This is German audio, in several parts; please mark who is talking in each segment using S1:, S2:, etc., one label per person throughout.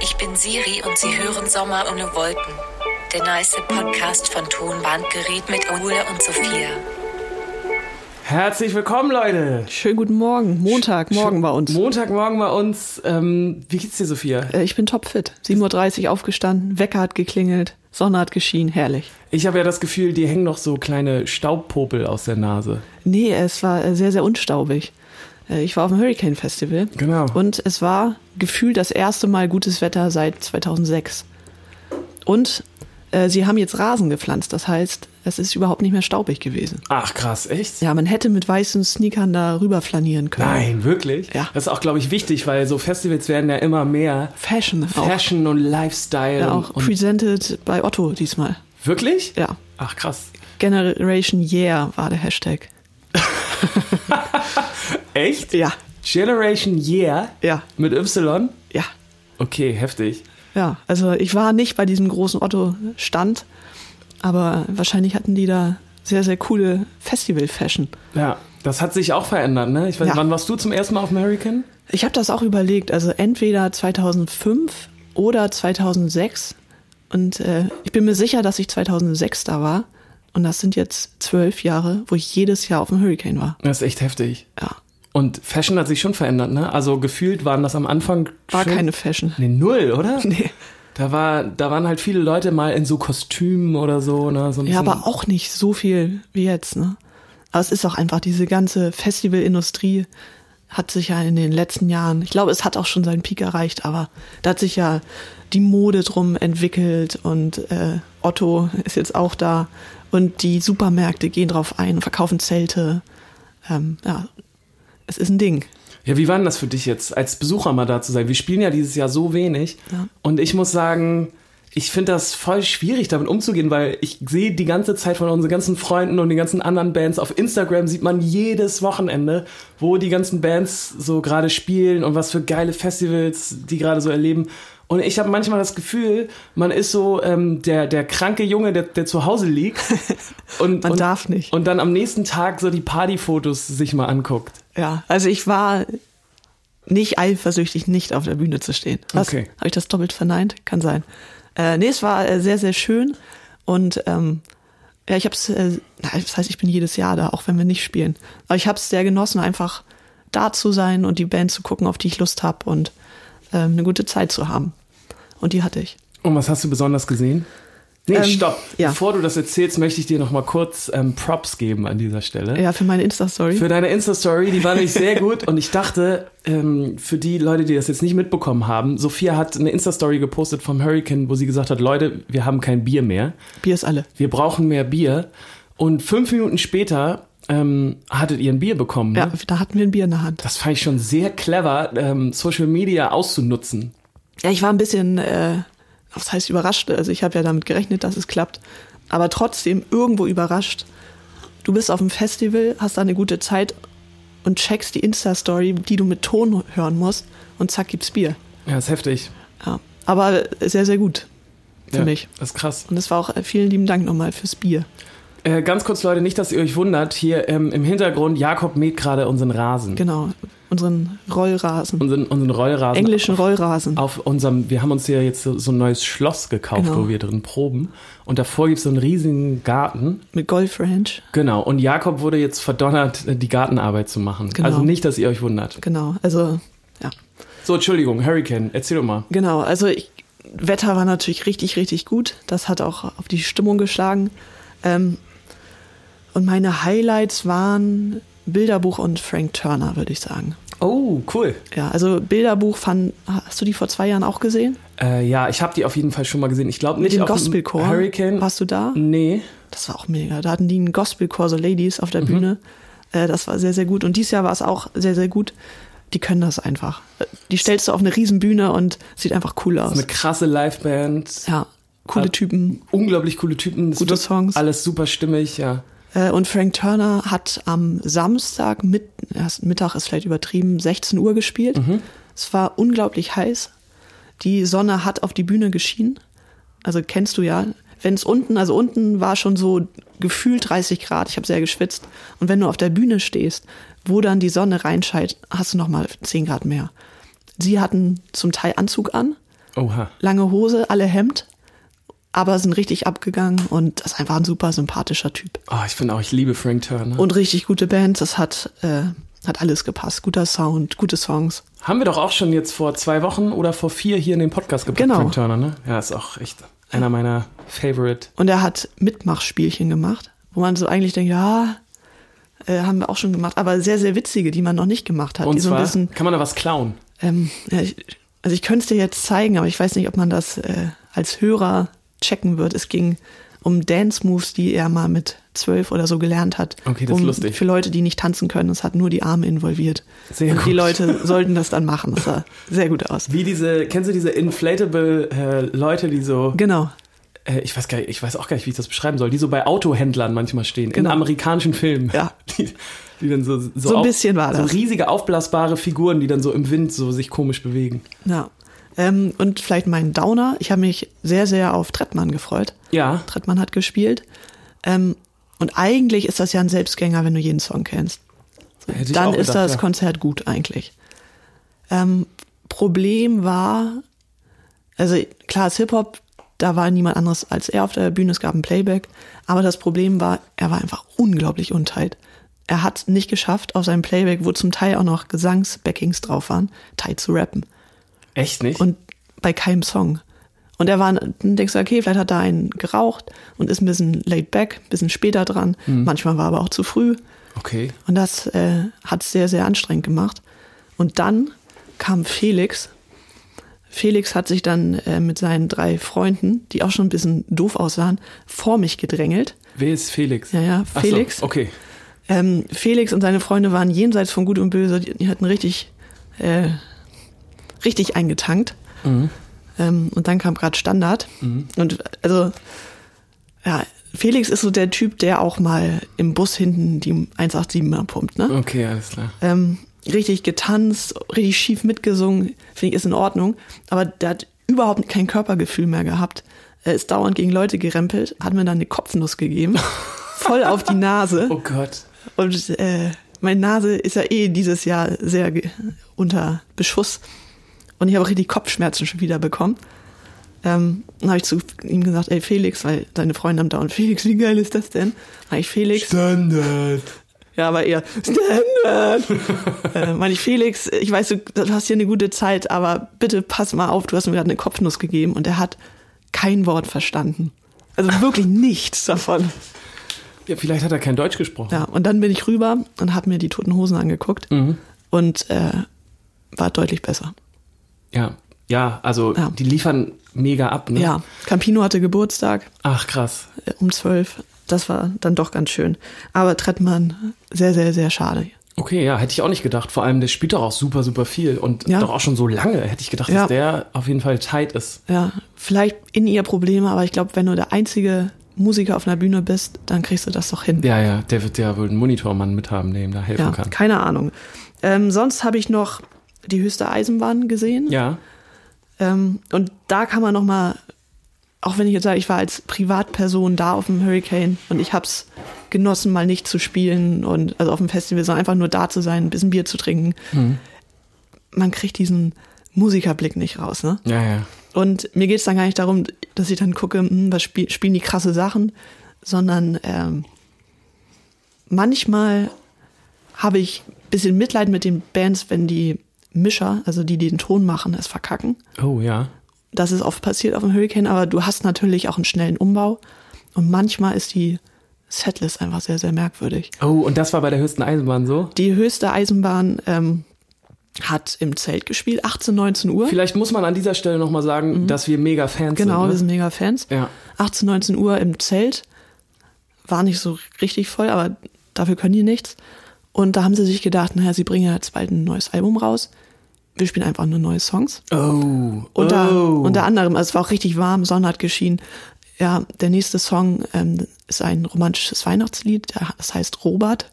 S1: Ich bin Siri und Sie hören Sommer ohne Wolken. Der nice Podcast von Tonbandgerät mit Ole und Sophia.
S2: Herzlich willkommen, Leute.
S3: Schönen guten Morgen. Montag, morgen bei uns.
S2: Montagmorgen bei uns. Ähm, wie geht's dir, Sophia?
S3: Äh, Ich bin topfit. 7.30 Uhr aufgestanden, Wecker hat geklingelt, Sonne hat geschienen, herrlich.
S2: Ich habe ja das Gefühl, dir hängen noch so kleine Staubpopel aus der Nase.
S3: Nee, es war äh, sehr, sehr unstaubig. Äh, Ich war auf dem Hurricane Festival.
S2: Genau.
S3: Und es war gefühlt das erste Mal gutes Wetter seit 2006. Und äh, sie haben jetzt Rasen gepflanzt, das heißt, es ist überhaupt nicht mehr staubig gewesen.
S2: Ach krass, echt?
S3: Ja, man hätte mit weißen Sneakern da rüber flanieren können.
S2: Nein, wirklich?
S3: Ja.
S2: Das ist auch, glaube ich, wichtig, weil so Festivals werden ja immer mehr
S3: Fashion,
S2: Fashion und Lifestyle.
S3: auch. Ja,
S2: und,
S3: auch presented bei Otto diesmal.
S2: wirklich?
S3: Ja.
S2: Ach krass.
S3: Generation Yeah war der Hashtag.
S2: Echt?
S3: Ja,
S2: Generation Yeah
S3: ja,
S2: mit Y?
S3: ja,
S2: Okay, heftig.
S3: ja. Also ich war nicht bei diesem großen Otto-Stand, aber wahrscheinlich hatten die da sehr, sehr coole Festival-Fashion.
S2: Ja, das hat sich auch verändert, ne? Ich weiß,
S3: Ja.
S2: wann warst du zum ersten Mal auf American?
S3: Ich habe das auch überlegt, also entweder 2005 oder 2006. Und äh, ich bin mir sicher, dass ich 2006 da war. Und das sind jetzt zwölf Jahre, wo ich jedes Jahr auf dem Hurricane war.
S2: Das ist echt heftig.
S3: Ja,
S2: Und Fashion hat sich schon verändert, ne? Also gefühlt waren das am Anfang
S3: war
S2: schon,
S3: keine Fashion.
S2: Nee, null, oder?
S3: Nee.
S2: Da war, da waren halt viele Leute mal in so Kostümen oder so, ne? So ein
S3: Ja,
S2: bisschen-
S3: aber auch nicht so viel wie jetzt, ne? Aber es ist auch einfach, diese ganze Festivalindustrie hat sich ja in den letzten Jahren, ich glaube, es hat auch schon seinen Peak erreicht, aber da hat sich ja die Mode drum entwickelt und äh, Otto ist jetzt auch da und die Supermärkte gehen drauf ein und verkaufen Zelte. Ähm, ja, es ist ein Ding.
S2: Ja, wie war denn das für dich jetzt, als Besucher mal da zu sein? Wir spielen ja dieses Jahr so wenig.
S3: Ja.
S2: Und ich muss sagen, ich finde das voll schwierig, damit umzugehen, weil ich sehe die ganze Zeit von unseren ganzen Freunden und den ganzen anderen Bands. Auf Instagram sieht man jedes Wochenende, wo die ganzen Bands so gerade spielen und was für geile Festivals die gerade so erleben. Und ich habe manchmal das Gefühl, man ist so ähm, der, der kranke Junge, der, der zu Hause liegt und,
S3: Man
S2: und,
S3: darf nicht.
S2: und dann am nächsten Tag so die Partyfotos sich mal anguckt.
S3: Ja, also ich war nicht eifersüchtig, nicht auf der Bühne zu stehen. Was?
S2: Okay.
S3: Habe ich das doppelt verneint? Kann sein. Äh, nee, es war äh, sehr, sehr schön. Und ähm, ja, ich habe es, äh, na, das heißt, ich bin jedes Jahr da, auch wenn wir nicht spielen. Aber ich habe es sehr genossen, einfach da zu sein und die Band zu gucken, auf die ich Lust habe und ähm, eine gute Zeit zu haben. Und die hatte ich.
S2: Und Oh, was hast du besonders gesehen? Nee,
S3: Ähm,
S2: stopp.
S3: ja.
S2: Bevor du das erzählst, möchte ich dir noch mal kurz ähm, Props geben an dieser Stelle.
S3: Ja, für meine Insta-Story.
S2: Für deine Insta-Story, die war nämlich sehr gut und ich dachte, ähm, für die Leute, die das jetzt nicht mitbekommen haben, Sophia hat eine Insta-Story gepostet vom Hurricane, wo sie gesagt hat, Leute, wir haben kein Bier mehr,
S3: Bier ist alle.
S2: wir brauchen mehr Bier. Und fünf Minuten später ähm, hattet ihr ein Bier bekommen.
S3: Ja,
S2: Ne?
S3: da hatten wir ein Bier in der Hand.
S2: Das fand ich schon sehr clever, ähm, Social Media auszunutzen.
S3: Ja, ich war ein bisschen, äh, was heißt überrascht? Also ich habe ja damit gerechnet, dass es klappt, aber trotzdem irgendwo überrascht. Du bist auf dem Festival, hast da eine gute Zeit und checkst die Insta-Story, die du mit Ton hören musst und zack gibt's Bier.
S2: Ja, ist heftig.
S3: Ja. Aber sehr, sehr gut für
S2: ja,
S3: mich.
S2: Das ist krass.
S3: Und es war auch äh, vielen lieben Dank nochmal fürs Bier.
S2: Äh, ganz kurz, Leute, nicht, dass ihr euch wundert. Hier ähm, im Hintergrund, Jakob mäht gerade unseren Rasen.
S3: Genau, unseren Rollrasen,
S2: Unseren, unseren Rollrasen.
S3: englischen Rollrasen.
S2: Auf unserem, wir haben uns hier jetzt so, so ein neues Schloss gekauft,
S3: Genau.
S2: wo wir drin proben. Und davor gibt es so einen riesigen Garten.
S3: Mit Golf Ranch.
S2: Genau. Und Jakob wurde jetzt verdonnert, äh, die Gartenarbeit zu machen.
S3: Genau.
S2: Also nicht, dass ihr euch wundert.
S3: Genau, also ja.
S2: So, Entschuldigung, Hurricane, erzähl doch mal.
S3: Genau, also ich, Wetter war natürlich richtig, richtig gut. Das hat auch auf die Stimmung geschlagen. Ähm, und meine Highlights waren Bilderbuch und Frank Turner, würde ich sagen.
S2: Oh, cool.
S3: Ja, also Bilderbuch fand, hast du die vor zwei Jahren auch gesehen?
S2: Äh, ja, ich habe die auf jeden Fall schon mal gesehen. Ich glaube
S3: Mit
S2: nicht
S3: dem
S2: auf dem
S3: Gospelchor.
S2: Hurricane. Mhm.
S3: Warst du da?
S2: Nee.
S3: Das war auch mega. Da hatten die einen Gospelchor, so Ladies
S2: Mhm.
S3: auf der Bühne. Äh, das war sehr, sehr gut. Und dieses Jahr war es auch sehr, sehr gut. Die können das einfach. Äh, Die stellst du auf eine Riesenbühne und sieht einfach cool
S2: Eine
S3: aus.
S2: krasse Liveband.
S3: Ja, coole
S2: Ja.
S3: Typen.
S2: Unglaublich coole Typen. Es
S3: Gute
S2: wird
S3: Songs.
S2: Alles super stimmig, ja.
S3: Äh, Und Frank Turner hat am Samstag, mit, erst Mittag ist vielleicht übertrieben, 16 Uhr gespielt. Es war unglaublich heiß. Die Sonne hat auf die Bühne geschienen. Also kennst du ja. Wenn es unten, also unten war schon so gefühlt 30 Grad, ich habe sehr geschwitzt. Und wenn du auf der Bühne stehst, wo dann die Sonne reinscheint, hast du nochmal 10 Grad mehr. sie hatten zum Teil Anzug an,
S2: Oha.
S3: lange Hose, alle Hemd, aber sind richtig abgegangen und das ist einfach ein super sympathischer Typ.
S2: Oh, ich finde auch, ich liebe Frank Turner.
S3: Und richtig gute Bands, das hat, äh, hat alles gepasst. Guter Sound, gute Songs.
S2: Haben wir doch auch schon jetzt vor zwei Wochen oder vor vier hier in den Podcast gepackt,
S3: Genau.
S2: Frank Turner, ne? Ja, ist auch echt einer meiner Favorite.
S3: Und er hat Mitmachspielchen gemacht, wo man so eigentlich denkt, ja, äh, haben wir auch schon gemacht, aber sehr, sehr witzige, die man noch nicht gemacht hat.
S2: Und
S3: die so
S2: zwar,
S3: ein bisschen,
S2: kann man da was klauen?
S3: ähm, ja, ich, also ich könnte es dir jetzt zeigen, aber ich weiß nicht, ob man das äh, als Hörer checken wird. Es ging um Dance Moves, die er mal mit zwölf oder so gelernt hat.
S2: Okay, das ist
S3: um,
S2: lustig.
S3: Für Leute, die nicht tanzen können, es hat nur die Arme involviert.
S2: Sehr
S3: Und die
S2: gut.
S3: Leute sollten das dann machen. Das sah sehr gut aus.
S2: Wie diese, kennst du diese inflatable äh, Leute, die so,
S3: Genau.
S2: äh, ich weiß gar nicht, ich weiß auch gar nicht, wie ich das beschreiben soll, die so bei Autohändlern manchmal stehen,
S3: Genau.
S2: in amerikanischen Filmen.
S3: Ja.
S2: Die, die dann so, so,
S3: ein
S2: auf-
S3: bisschen war
S2: So
S3: das.
S2: riesige aufblasbare Figuren, die dann so im Wind so sich komisch bewegen.
S3: Ja. Ähm, und vielleicht mein Downer. Ich habe mich sehr, sehr auf Trettmann gefreut.
S2: Ja.
S3: Trettmann hat gespielt. Ähm, und eigentlich ist das ja ein Selbstgänger, wenn du jeden Song kennst.
S2: Hätte ich
S3: Dann
S2: auch
S3: ist
S2: gedacht,
S3: das
S2: ja.
S3: Konzert gut eigentlich. Ähm, Problem war, also klar ist Hip-Hop, da war niemand anderes als er auf der Bühne, es gab ein Playback, aber das Problem war, er war einfach unglaublich unteilt. Er hat nicht geschafft, auf seinem Playback, wo zum Teil auch noch Gesangsbackings drauf waren, tight zu rappen
S2: Echt nicht?
S3: und bei keinem Song. Und er war, dann denkst du, okay, vielleicht hat er einen geraucht und ist ein bisschen laid back, ein bisschen später dran. Manchmal war er aber auch zu früh.
S2: okay.
S3: Und das äh, hat sehr, sehr anstrengend gemacht. Und dann kam Felix. Felix hat sich dann äh, mit seinen drei Freunden, die auch schon ein bisschen doof aussahen, vor mich gedrängelt.
S2: Wer ist Felix?
S3: Ja, ja,
S2: Ach
S3: Felix.
S2: So, okay.
S3: Ähm, Felix und seine Freunde waren jenseits von Gut und Böse. Die, die hatten richtig, äh, richtig eingetankt. Ähm, und dann kam gerade Standard. Und also, ja, Felix ist so der Typ, der auch mal im Bus hinten die 187er pumpt, ne?
S2: Okay, alles klar.
S3: ähm, richtig getanzt, richtig schief mitgesungen, finde ich, ist in Ordnung. Aber der hat überhaupt kein Körpergefühl mehr gehabt. Er ist dauernd gegen Leute gerempelt, hat mir dann eine Kopfnuss gegeben, voll auf die Nase.
S2: Oh Gott.
S3: Und äh, meine Nase ist ja eh dieses Jahr sehr ge- unter Beschuss. Und ich habe auch richtig Kopfschmerzen schon wieder bekommen. Ähm, dann habe ich zu ihm gesagt, ey Felix, weil seine Freunde haben da und Felix, wie geil ist das denn? Dann habe ich Felix,
S2: Standard.
S3: ja, aber eher Standard. äh, meine ich, Felix, ich weiß, du, du hast hier eine gute Zeit, aber bitte pass mal auf, du hast mir gerade eine Kopfnuss gegeben und er hat kein Wort verstanden. Also wirklich nichts davon.
S2: Ja, vielleicht hat er kein Deutsch gesprochen.
S3: Ja, und dann bin ich rüber und habe mir die toten Hosen angeguckt und äh, war deutlich besser.
S2: Ja. Ja, also
S3: Ja.
S2: die liefern mega ab, ne?
S3: Ja, Campino hatte Geburtstag
S2: Ach krass.
S3: äh, um zwölf. Das war dann doch ganz schön. Aber Trettmann, sehr, sehr, sehr schade.
S2: Okay, ja, hätte ich auch nicht gedacht. Vor allem, der spielt doch auch super, super viel und
S3: Ja.
S2: doch auch schon so lange. Hätte ich gedacht,
S3: Ja.
S2: dass der auf jeden Fall tight ist.
S3: Ja, vielleicht in ihr Probleme, aber ich glaube, wenn du der einzige Musiker auf einer Bühne bist, dann kriegst du das doch hin.
S2: Ja, ja, der wird ja wohl einen Monitormann mit haben, der ihm da helfen
S3: Ja,
S2: kann.
S3: keine Ahnung. Ähm, sonst habe ich noch die höchste Eisenbahn gesehen.
S2: Ja,
S3: Ähm, und da kann man noch mal, auch wenn ich jetzt sage, ich war als Privatperson da auf dem Hurricane und ich hab's genossen, mal nicht zu spielen und also auf dem Festival, sondern einfach nur da zu sein, ein bisschen Bier zu trinken. Man kriegt diesen Musikerblick nicht raus, ne?
S2: ja, ja.
S3: Und mir geht's dann gar nicht darum, dass ich dann gucke, hm, was spiel, spielen die krasse Sachen, sondern ähm, manchmal habe ich ein bisschen Mitleid mit den Bands, wenn die Mischer, also die, die den Ton machen, es verkacken.
S2: Oh, ja.
S3: Das ist oft passiert auf dem Hurricane, aber du hast natürlich auch einen schnellen Umbau. Und manchmal ist die Setlist einfach sehr, sehr merkwürdig.
S2: Oh, und das war bei der höchsten Eisenbahn so?
S3: Die höchste Eisenbahn ähm, hat im Zelt gespielt, 18, 19 Uhr.
S2: Vielleicht muss man an dieser Stelle nochmal sagen, dass wir mega Fans
S3: Mhm. Genau, wir
S2: sind. ne?
S3: sind mega Fans.
S2: Ja.
S3: 18, 19 Uhr im Zelt. War nicht so richtig voll, aber dafür können die nichts. Und da haben sie sich gedacht, naja, sie bringen ja jetzt bald ein neues Album raus. Wir spielen einfach nur neue Songs.
S2: Genau. Oh,
S3: Unter,
S2: oh.
S3: unter anderem, also es war auch richtig warm, Sonne hat geschienen. Ja, der nächste Song ähm, ist ein romantisches Weihnachtslied, der- das heißt Robert.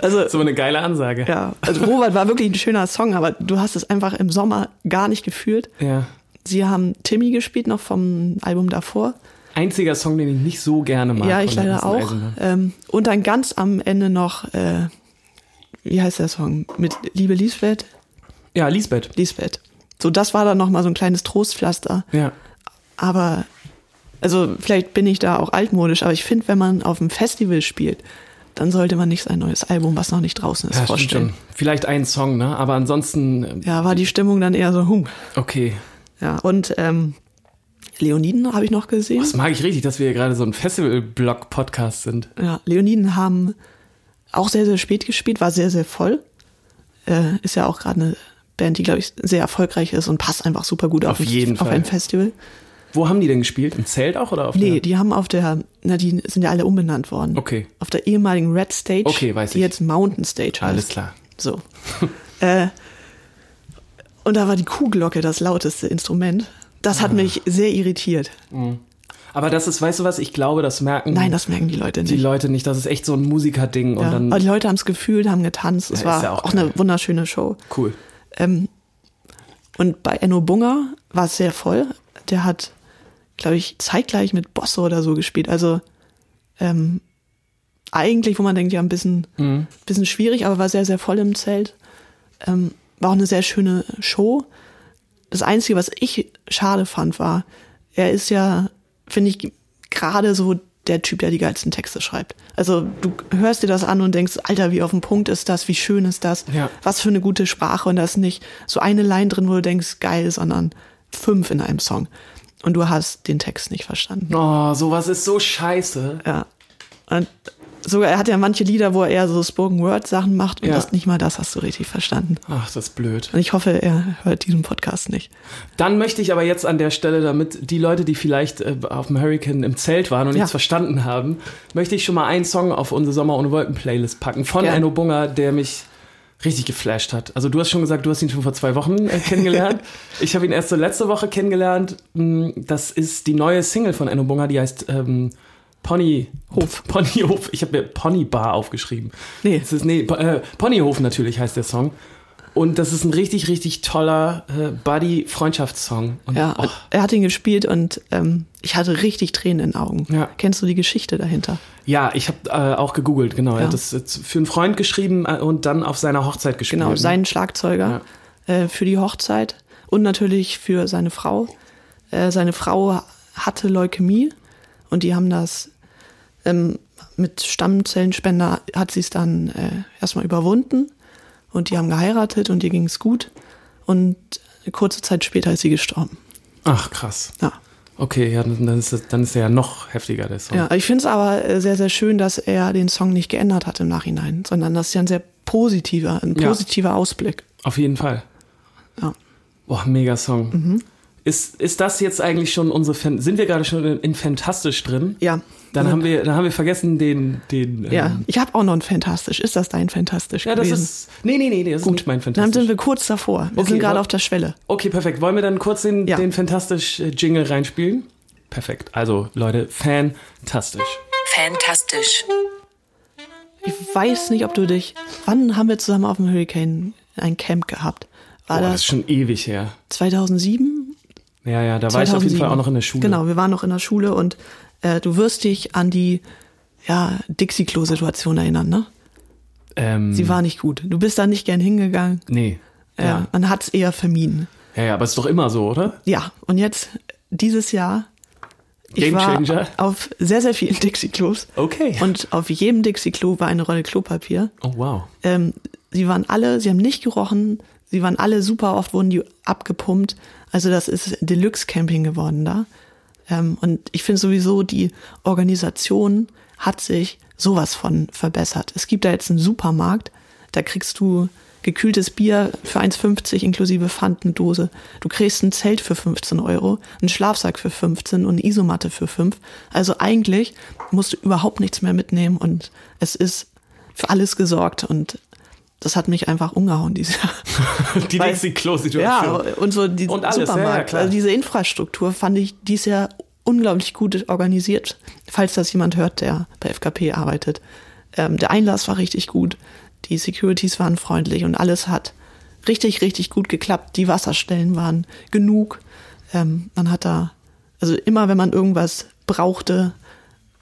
S3: Also,
S2: so eine geile Ansage.
S3: ja, also Robert war wirklich ein schöner Song, aber du hast es einfach im Sommer gar nicht gefühlt.
S2: ja.
S3: Sie haben Timmy gespielt, noch vom Album davor.
S2: Einziger Song, den ich nicht so gerne mag.
S3: ja, ich
S2: von der
S3: leider
S2: höchsten
S3: auch.
S2: Eisenbahn.
S3: Ähm, und dann ganz am Ende noch, äh, wie heißt der Song? Mit Liebe Lisbeth.
S2: Ja, Lisbeth.
S3: Lisbeth. So, das war dann nochmal so ein kleines Trostpflaster.
S2: Ja.
S3: Aber, also vielleicht bin ich da auch altmodisch, aber ich finde, wenn man auf einem Festival spielt, dann sollte man nicht sein neues Album, was noch nicht draußen ist,
S2: ja stimmt
S3: vorstellen.
S2: schon. Vielleicht einen Song, ne? Aber ansonsten, ähm,
S3: Ja, war die Stimmung dann eher so, hm.
S2: okay.
S3: Ja, und ähm, Leoniden habe ich noch gesehen.
S2: Das mag ich richtig, dass wir hier gerade so ein Festival-Blog-Podcast sind.
S3: Ja, Leoniden haben auch sehr, sehr spät gespielt, war sehr, sehr voll. Äh, ist ja auch gerade eine Band, die, glaube ich, sehr erfolgreich ist und passt einfach super gut auf,
S2: Auf jeden
S3: auf
S2: Fall.
S3: ein Festival.
S2: Wo haben die denn gespielt? Im Zelt auch oder auf
S3: Nee,
S2: der-
S3: die haben auf der, na, die sind ja alle umbenannt worden.
S2: Okay.
S3: Auf der ehemaligen Red Stage,
S2: Okay, weiß
S3: die
S2: ich.
S3: jetzt Mountain Stage heißt.
S2: Alles klar.
S3: So. äh, und da war die Kuhglocke das lauteste Instrument. Das
S2: Ah.
S3: hat mich sehr irritiert.
S2: Aber das ist, weißt du was, ich glaube, das merken
S3: Nein, das merken die Leute nicht.
S2: Hm. die Leute nicht. Das ist echt so ein Musiker-Ding
S3: ja.
S2: und
S3: Aber
S2: dann
S3: die Leute haben es gefühlt, haben getanzt. Es
S2: Ja,
S3: war
S2: ist ja
S3: auch,
S2: auch
S3: eine
S2: geil.
S3: wunderschöne Show.
S2: cool.
S3: Ähm, und bei Enno Bunger war es sehr voll. Der hat, glaube ich, zeitgleich mit Bosse oder so gespielt. Also ähm, eigentlich, wo man denkt, ja, ein bisschen, bisschen schwierig, aber war sehr, sehr voll im Zelt. Ähm, war auch eine sehr schöne Show. Das Einzige, was ich schade fand, war, er ist ja, finde ich, gerade so der Typ, der die geilsten Texte schreibt. Also du hörst dir das an und denkst, Alter, wie auf den Punkt ist das, wie schön ist das,
S2: Ja.
S3: was für eine gute Sprache und da ist nicht so eine Line drin, wo du denkst, geil, sondern fünf in einem Song. Und du hast den Text nicht verstanden.
S2: Oh, sowas ist so scheiße.
S3: Ja. Und sogar er hat ja manche Lieder, wo er eher so Spoken Word Sachen macht und
S2: Ja.
S3: das nicht mal das hast du richtig verstanden.
S2: Ach, das ist blöd.
S3: Und ich hoffe, er hört diesen Podcast nicht.
S2: Dann möchte ich aber jetzt an der Stelle, damit die Leute, die vielleicht äh, auf dem Hurricane im Zelt waren und
S3: Ja.
S2: nichts verstanden haben, möchte ich schon mal einen Song auf unsere Sommer ohne Wolken Playlist packen von
S3: Gerne.
S2: Enno Bunger, der mich richtig geflasht hat. Also du hast schon gesagt, du hast ihn schon vor zwei Wochen äh, kennengelernt. ich habe ihn erst so letzte Woche kennengelernt. Mm, Das ist die neue Single von Enno Bunger, die heißt ähm, Ponyhof. Ponyhof. Ich habe mir Ponybar aufgeschrieben.
S3: Nee.
S2: Es ist, nee, Po- äh, Ponyhof natürlich heißt der Song. Und das ist ein richtig, richtig toller äh, Buddy-Freundschaftssong. Und,
S3: Ja,
S2: oh,
S3: er hat ihn gespielt und ähm, ich hatte richtig Tränen in den Augen.
S2: Ja.
S3: Kennst du die Geschichte dahinter?
S2: ja ich habe äh, auch gegoogelt, genau.
S3: Ja.
S2: Er hat das äh, zu- für einen Freund geschrieben äh, und dann auf seiner Hochzeit gespielt.
S3: Genau,
S2: ne?
S3: seinen Schlagzeuger äh, für die Hochzeit und natürlich für seine Frau. Äh, seine Frau hatte Leukämie und die haben das ähm, mit Stammzellenspender hat sie es dann äh, erstmal überwunden und die haben geheiratet und ihr ging es gut und kurze Zeit später ist sie gestorben.
S2: Ach, krass.
S3: Ja.
S2: Okay, ja, dann dann ist, das- dann ist er ja noch heftiger, der Song.
S3: Ja, ich finde es aber äh, sehr, sehr schön, dass er den Song nicht geändert hat im Nachhinein, sondern das ist ja ein sehr positiver, ein
S2: Ja.
S3: positiver Ausblick.
S2: Auf jeden Fall.
S3: Ja.
S2: Boah, mega Song.
S3: Mhm.
S2: Ist, ist das jetzt eigentlich schon unsere Fan Sind wir gerade schon in, in Fantastisch drin?
S3: Ja.
S2: Dann haben wir, dann haben wir vergessen, den, den.
S3: Ja,
S2: ähm,
S3: ich habe auch noch ein Fantastisch. Ist das dein Fantastisch
S2: ja, das
S3: gewesen?
S2: ist. Nee, nee, nee, nee, das ist nicht mein
S3: Dann
S2: Fantastisch.
S3: sind wir kurz davor. Wir
S2: Okay,
S3: sind gerade
S2: wa-
S3: auf der Schwelle.
S2: Okay, perfekt. Wollen wir dann kurz den,
S3: Ja.
S2: den Fantastisch-Jingle reinspielen? Perfekt. Also, Leute, fantastisch.
S1: Fantastisch.
S3: Ich weiß nicht, ob du dich. Wann haben wir zusammen auf dem Hurricane ein Camp gehabt? War
S2: Boah, das
S3: das,
S2: ist schon ewig her.
S3: 2007?
S2: Ja, ja, da war ich auf jeden Fall auch noch in der Schule.
S3: Genau, wir waren noch in der Schule und äh, du wirst dich an die ja, Dixie-Klo-Situation erinnern, ne?
S2: Ähm,
S3: Sie war nicht gut. Du bist da nicht gern hingegangen.
S2: Nee.
S3: Ja.
S2: Ja.
S3: Man hat es eher vermieden.
S2: ja, ja, aber ist doch immer so, oder?
S3: Ja, und jetzt dieses Jahr. Ich
S2: Game
S3: war
S2: Changer.
S3: auf sehr, sehr vielen Dixie-Klos.
S2: Okay.
S3: Und auf jedem Dixie-Klo war eine Rolle Klopapier.
S2: oh, wow.
S3: Ähm, sie waren alle, sie haben nicht gerochen, sie waren alle super, oft wurden die abgepumpt. Also das ist Deluxe-Camping geworden da. Ähm, und ich finde sowieso, die Organisation hat sich sowas von verbessert. Es gibt da jetzt einen Supermarkt, da kriegst du gekühltes Bier für 1,50 inklusive Pfandendose. Du kriegst ein Zelt für 15 Euro, einen Schlafsack für 15 und eine Isomatte für 5. Also eigentlich musst du überhaupt nichts mehr mitnehmen und es ist für alles gesorgt und das hat mich einfach umgehauen dieses Jahr.
S2: Die
S3: Weil-
S2: nächste Klo-Situation.
S3: Ja, und so die
S2: Und alles, ja, ja,
S3: Supermarkt.
S2: klar.
S3: also diese Infrastruktur fand ich dies Jahr unglaublich gut organisiert. Falls das jemand hört, der bei FKP arbeitet. Ähm, der Einlass war richtig gut. Die Securities waren freundlich und alles hat richtig, richtig gut geklappt. Die Wasserstellen waren genug. Ähm, man hat da, also immer wenn man irgendwas brauchte,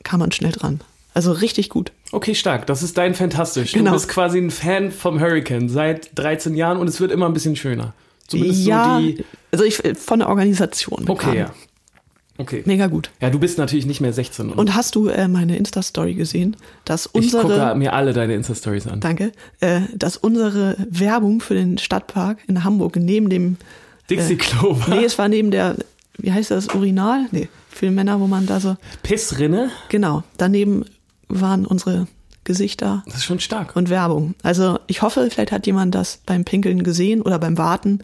S3: kam man schnell dran. Also richtig gut.
S2: Okay, stark. Das ist dein Fantastisch.
S3: Genau.
S2: Du bist quasi ein Fan vom Hurricane seit 13 Jahren und es wird immer ein bisschen schöner. Zumindest
S3: ja,
S2: so die.
S3: also ich von der Organisation.
S2: Okay,
S3: gerade.
S2: ja. Okay.
S3: Mega gut.
S2: Ja, du bist natürlich nicht mehr 16 und,
S3: Und hast du äh, meine Insta-Story gesehen, dass
S2: ich gucke
S3: unsere,
S2: mir alle deine Insta-Stories an.
S3: danke, äh, dass unsere Werbung für den Stadtpark in Hamburg neben dem,
S2: Dixie Clover.
S3: Äh, nee, es war neben der, wie heißt das, Urinal? Nee, für Männer, wo man da so,
S2: Pissrinne.
S3: genau, daneben waren unsere Gesichter
S2: Das ist schon stark.
S3: und Werbung. Also ich hoffe, vielleicht hat jemand das beim Pinkeln gesehen oder beim Warten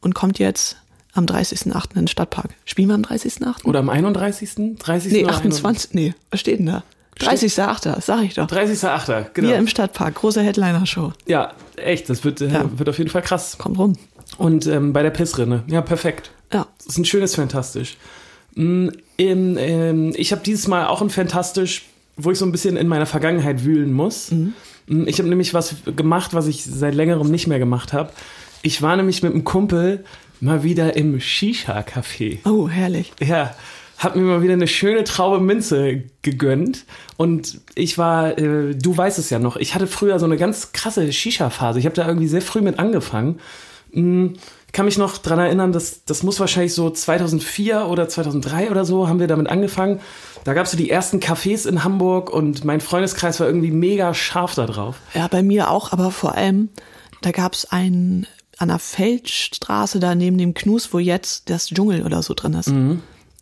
S3: und kommt jetzt am 30.08. in den Stadtpark. Spielen wir am 30.08.?
S2: Oder am 31. 30.
S3: Nee,
S2: oder
S3: 28. Nee, was steht denn da? 30.08. Sag ich doch.
S2: 31.8. Genau.
S3: Wir im Stadtpark, große Headliner-Show.
S2: ja, echt. Das wird, äh,
S3: Ja.
S2: wird auf jeden Fall krass.
S3: Kommt rum.
S2: Und ähm, bei der Pissrinne. Ja, perfekt.
S3: Ja.
S2: Das ist ein schönes Fantastisch. Mm, im, ähm, ich habe dieses Mal auch ein Fantastisch, wo ich so ein bisschen in meiner Vergangenheit wühlen muss.
S3: Mhm.
S2: Mm, Ich habe nämlich was gemacht, was ich seit längerem nicht mehr gemacht habe. Ich war nämlich mit einem Kumpel mal wieder im Shisha-Café.
S3: Oh, herrlich.
S2: Ja, hab mir mal wieder eine schöne Traube Minze gegönnt. Und ich war, äh, du weißt es ja noch, ich hatte früher so eine ganz krasse Shisha-Phase. Ich habe da irgendwie sehr früh mit angefangen. Mm, kann mich noch dran erinnern, dass das muss wahrscheinlich so 2004 oder 2003 oder so haben wir damit angefangen. Da gab's so die ersten Cafés in Hamburg und mein Freundeskreis war irgendwie mega scharf da drauf.
S3: Ja, bei mir auch, aber vor allem, da gab's einen an der Feldstraße da neben dem Knus, wo jetzt das Dschungel oder so drin ist.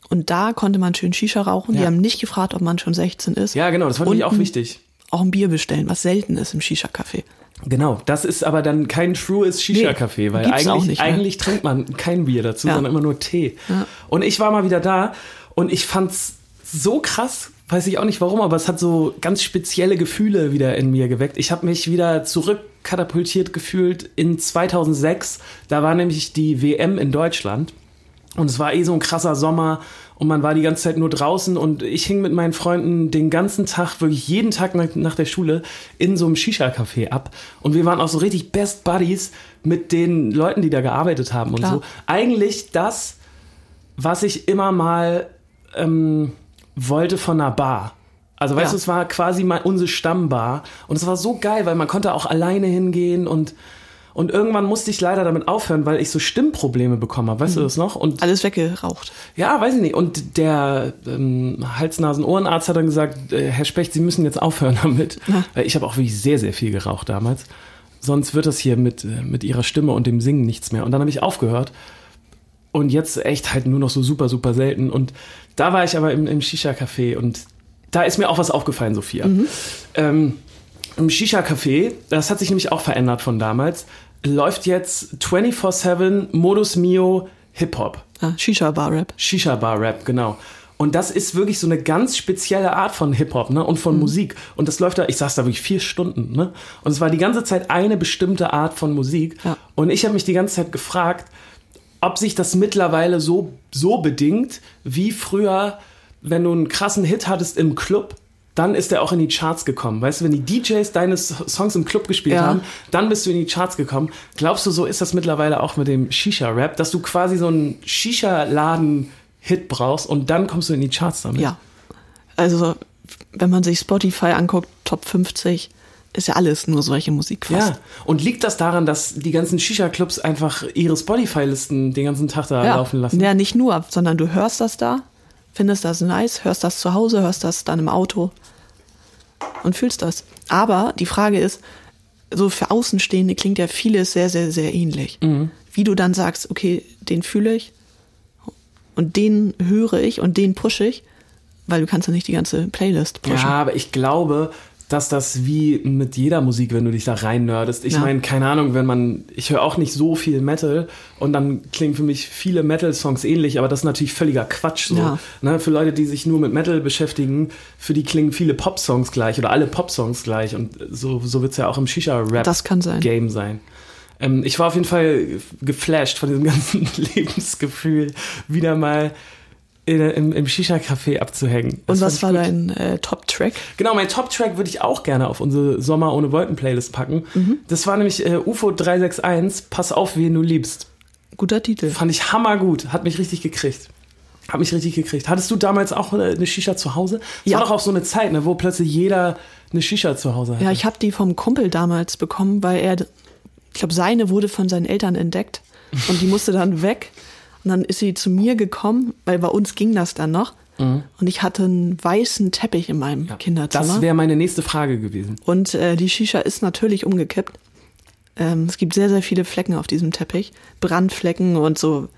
S3: Und da konnte man schön Shisha rauchen. Die
S2: Mhm. Ja.
S3: haben nicht gefragt, ob man schon 16 ist.
S2: Ja, genau, das war nämlich
S3: Und
S2: auch wichtig.
S3: Auch ein Bier bestellen, was selten ist im Shisha-Café.
S2: Genau, das ist aber dann kein trues Shisha-Café,
S3: Nee,
S2: weil
S3: gibt's
S2: eigentlich,
S3: auch nicht, ne?
S2: eigentlich trinkt man kein Bier dazu,
S3: Ja.
S2: sondern immer nur Tee. Und ich war mal wieder da und ich fand's so krass, weiß ich auch nicht warum, aber es hat so ganz spezielle Gefühle wieder in mir geweckt. Ich habe mich wieder zurückkatapultiert gefühlt in 2006. Da war nämlich die WM in Deutschland. Und es war eh so ein krasser Sommer und man war die ganze Zeit nur draußen und ich hing mit meinen Freunden den ganzen Tag, wirklich jeden Tag nach, nach der Schule in so einem Shisha-Café ab. Und wir waren auch so richtig Best Buddies mit den Leuten, die da gearbeitet haben und
S3: Klar.
S2: so. Eigentlich das, was ich immer mal ähm, wollte von einer Bar. Also weißt
S3: Ja.
S2: du, es war quasi mal unsere Stammbar und es war so geil, weil man konnte auch alleine hingehen und und irgendwann musste ich leider damit aufhören, weil ich so Stimmprobleme bekommen habe. Weißt du das noch? Und
S3: Alles weggeraucht.
S2: ja, weiß ich nicht. Und der ähm, Hals-Nasen-Ohrenarzt hat dann gesagt, äh, Herr Specht, Sie müssen jetzt aufhören damit.
S3: Ja.
S2: Weil ich habe auch wirklich sehr, sehr viel geraucht damals. Sonst wird das hier mit, äh, mit Ihrer Stimme und dem Singen nichts mehr. Und dann habe ich aufgehört. Und jetzt echt halt nur noch so super, super selten. Und da war ich aber im, im Shisha-Café und da ist mir auch was aufgefallen, Sophia. Ähm, Im Shisha-Café, das hat sich nämlich auch verändert von damals, läuft jetzt 24-7 Modus Mio Hip-Hop.
S3: Ah, Shisha-Bar-Rap.
S2: Shisha Bar Rap, genau. Und das ist wirklich so eine ganz spezielle Art von Hip-Hop ne? und
S3: Mhm.
S2: von Musik. Und das läuft da, ich saß da wirklich vier Stunden. Ne? Und es war die ganze Zeit eine bestimmte Art von Musik.
S3: Ja.
S2: Und ich habe mich die ganze Zeit gefragt, ob sich das mittlerweile so, so bedingt, wie früher, wenn du einen krassen Hit hattest im Club, dann ist er auch in die Charts gekommen. Weißt du, wenn die DJs deine S- Songs im Club gespielt
S3: Ja.
S2: haben, dann bist du in die Charts gekommen. Glaubst du, so ist das mittlerweile auch mit dem Shisha-Rap, dass du quasi so einen Shisha-Laden-Hit brauchst und dann kommst du in die Charts damit?
S3: Ja. Also, wenn man sich Spotify anguckt, Top 50, ist ja alles nur solche Musik fast.
S2: Ja, und liegt das daran, dass die ganzen Shisha-Clubs einfach ihre Spotify-Listen den ganzen Tag da laufen lassen?
S3: Ja, nicht nur, sondern du hörst das da, findest das nice, hörst das zu Hause, hörst das dann im Auto und fühlst das. Aber die Frage ist, so für Außenstehende klingt ja vieles sehr, sehr, sehr ähnlich.
S2: Mhm.
S3: Wie du dann sagst, okay, den fühle ich und den höre ich und den pushe ich, weil du kannst ja nicht die ganze Playlist pushen.
S2: Ja, aber ich glaube, dass das wie mit jeder Musik, wenn du dich da reinnerdest. Ich
S3: Ja.
S2: meine, keine Ahnung, wenn man, ich höre auch nicht so viel Metal und dann klingen für mich viele Metal-Songs ähnlich, aber das ist natürlich völliger Quatsch. So.
S3: Ja.
S2: Ne, für Leute, die sich nur mit Metal beschäftigen, für die klingen viele Pop-Songs gleich oder alle Pop-Songs gleich und so, so wird's ja auch im Shisha-Rap
S3: Das kann sein.
S2: Game sein. Ähm, ich war auf jeden Fall geflasht von diesem ganzen Lebensgefühl, wieder mal in, im, im Shisha-Café abzuhängen. Das fand
S3: und was
S2: ich
S3: war
S2: gut.
S3: dein äh, Top-Track?
S2: Genau, mein Top-Track würde ich auch gerne auf unsere Sommer ohne Wolken-Playlist packen.
S3: Mhm.
S2: Das war nämlich äh, UFO 361, Pass auf, wen du liebst.
S3: Guter Titel.
S2: Fand ich hammergut, hat mich richtig gekriegt. Hat mich richtig gekriegt. Hattest du damals auch eine, eine Shisha zu Hause? Es
S3: Ja.
S2: war doch auch so eine Zeit, ne, wo plötzlich jeder eine Shisha zu Hause hatte.
S3: Ja, ich habe die vom Kumpel damals bekommen, weil er, ich glaube, seine wurde von seinen Eltern entdeckt und die musste dann weg. Und dann ist sie zu mir gekommen, weil bei uns ging das dann noch. Und ich hatte einen weißen Teppich in meinem Kinderzimmer.
S2: Das wäre meine nächste Frage gewesen.
S3: Und äh, die Shisha ist natürlich umgekippt. Ähm, es gibt sehr, sehr viele Flecken auf diesem Teppich. Brandflecken und so.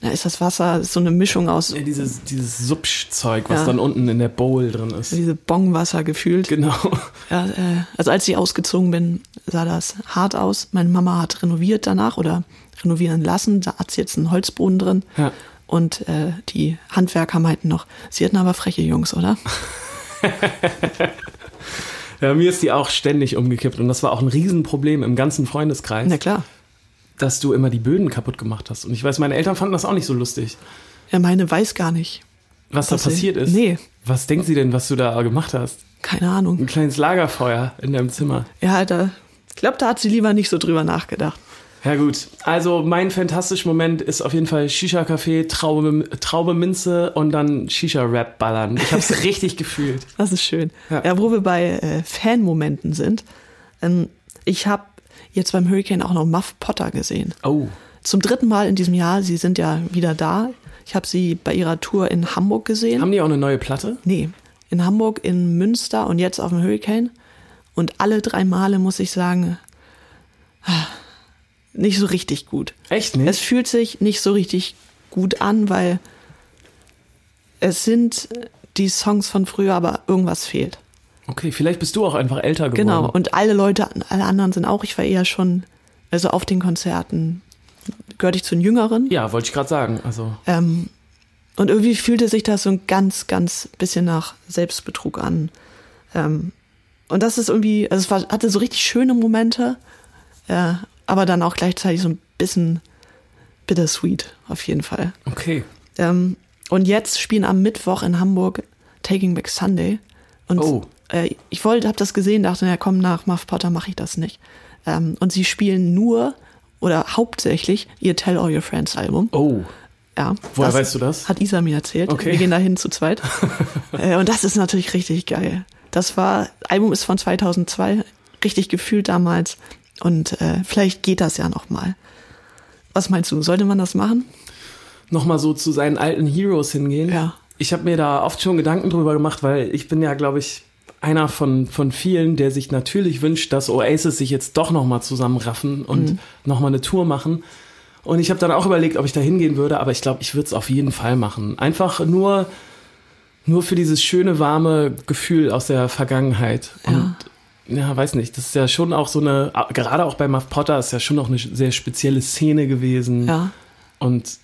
S3: Na, ist das Wasser? Ist so eine Mischung aus
S2: Ja, dieses dieses Subsch-Zeug, was
S3: Ja.
S2: dann unten in der Bowl drin ist.
S3: diese Bongwasser gefühlt.
S2: Genau.
S3: Ja, äh, also als ich ausgezogen bin, sah das hart aus. Meine Mama hat renoviert danach oder renovieren lassen. Da hat sie jetzt einen Holzboden drin.
S2: Ja.
S3: Und äh, die Handwerker meinten noch, sie hatten aber freche Jungs, oder?
S2: Ja, mir ist die auch ständig umgekippt und das war auch ein Riesenproblem im ganzen Freundeskreis,
S3: Na klar.
S2: dass du immer die Böden kaputt gemacht hast. Und ich weiß, meine Eltern fanden das auch nicht so lustig,
S3: Ja, meine weiß gar nicht.
S2: was da
S3: Was sie-
S2: passiert ist.
S3: Nee.
S2: Was denkt sie denn, was du da gemacht hast?
S3: Keine Ahnung.
S2: Ein kleines Lagerfeuer in deinem Zimmer.
S3: Ja, da, ich glaube, da hat sie lieber nicht so drüber nachgedacht.
S2: Ja gut, also mein fantastischer Moment ist auf jeden Fall Shisha-Kaffee, Traube, Traube Minze und dann Shisha-Rap ballern. Ich hab's richtig gefühlt.
S3: Das ist schön.
S2: Ja.
S3: Ja, wo wir bei äh, Fanmomenten sind. Ähm, ich habe jetzt beim Hurricane auch noch Muff Potter gesehen.
S2: Oh,
S3: Zum dritten Mal in diesem Jahr. Sie sind ja wieder da. Ich habe sie bei ihrer Tour in Hamburg gesehen.
S2: haben die auch eine neue Platte?
S3: nee, in Hamburg, in Münster und jetzt auf dem Hurricane. Und alle drei Male muss ich sagen, ah, nicht so richtig gut.
S2: Echt nicht?
S3: Es fühlt sich nicht so richtig gut an, weil es sind die Songs von früher, aber irgendwas fehlt.
S2: Okay, vielleicht bist du auch einfach älter geworden.
S3: Genau. Und alle Leute, alle anderen sind auch, ich war eher schon, also auf den Konzerten gehörte ich zu den Jüngeren.
S2: Ja, wollte ich gerade sagen. Also
S3: Ähm, und irgendwie fühlte sich das so ein ganz, ganz bisschen nach Selbstbetrug an. Ähm, und das ist irgendwie, also es war, hatte so richtig schöne Momente, äh, aber dann auch gleichzeitig so ein bisschen bittersweet auf jeden Fall.
S2: okay.
S3: Ähm, und jetzt spielen am Mittwoch in Hamburg Taking Back Sunday. Und
S2: Oh.
S3: äh, ich wollte, habe das gesehen, dachte, ja komm, nach Muff Potter mache ich das nicht. Ähm, und sie spielen nur oder hauptsächlich ihr Tell All Your Friends Album.
S2: Oh,
S3: Ja,
S2: Woher weißt du das?
S3: Hat Isa mir erzählt.
S2: Okay.
S3: Wir gehen dahin zu zweit. äh, und das ist natürlich richtig geil. Das war, Album ist von 2002, richtig gefühlt damals. Und äh, vielleicht geht das ja noch mal. Was meinst du, sollte man das machen?
S2: nochmal so zu seinen alten Heroes hingehen.
S3: Ja.
S2: Ich habe mir da oft schon Gedanken drüber gemacht, weil ich bin ja, glaube ich, einer von, von vielen, der sich natürlich wünscht, dass Oasis sich jetzt doch nochmal zusammenraffen und
S3: Mhm.
S2: nochmal eine Tour machen. Und ich habe dann auch überlegt, ob ich da hingehen würde, aber ich glaube, ich würde es auf jeden Fall machen. Einfach nur, nur für dieses schöne, warme Gefühl aus der Vergangenheit.
S3: Ja.
S2: Und ja, weiß nicht, das ist ja schon auch so eine, gerade auch bei Muff Potter ist ja schon auch eine sehr spezielle Szene gewesen.
S3: Ja.
S2: Und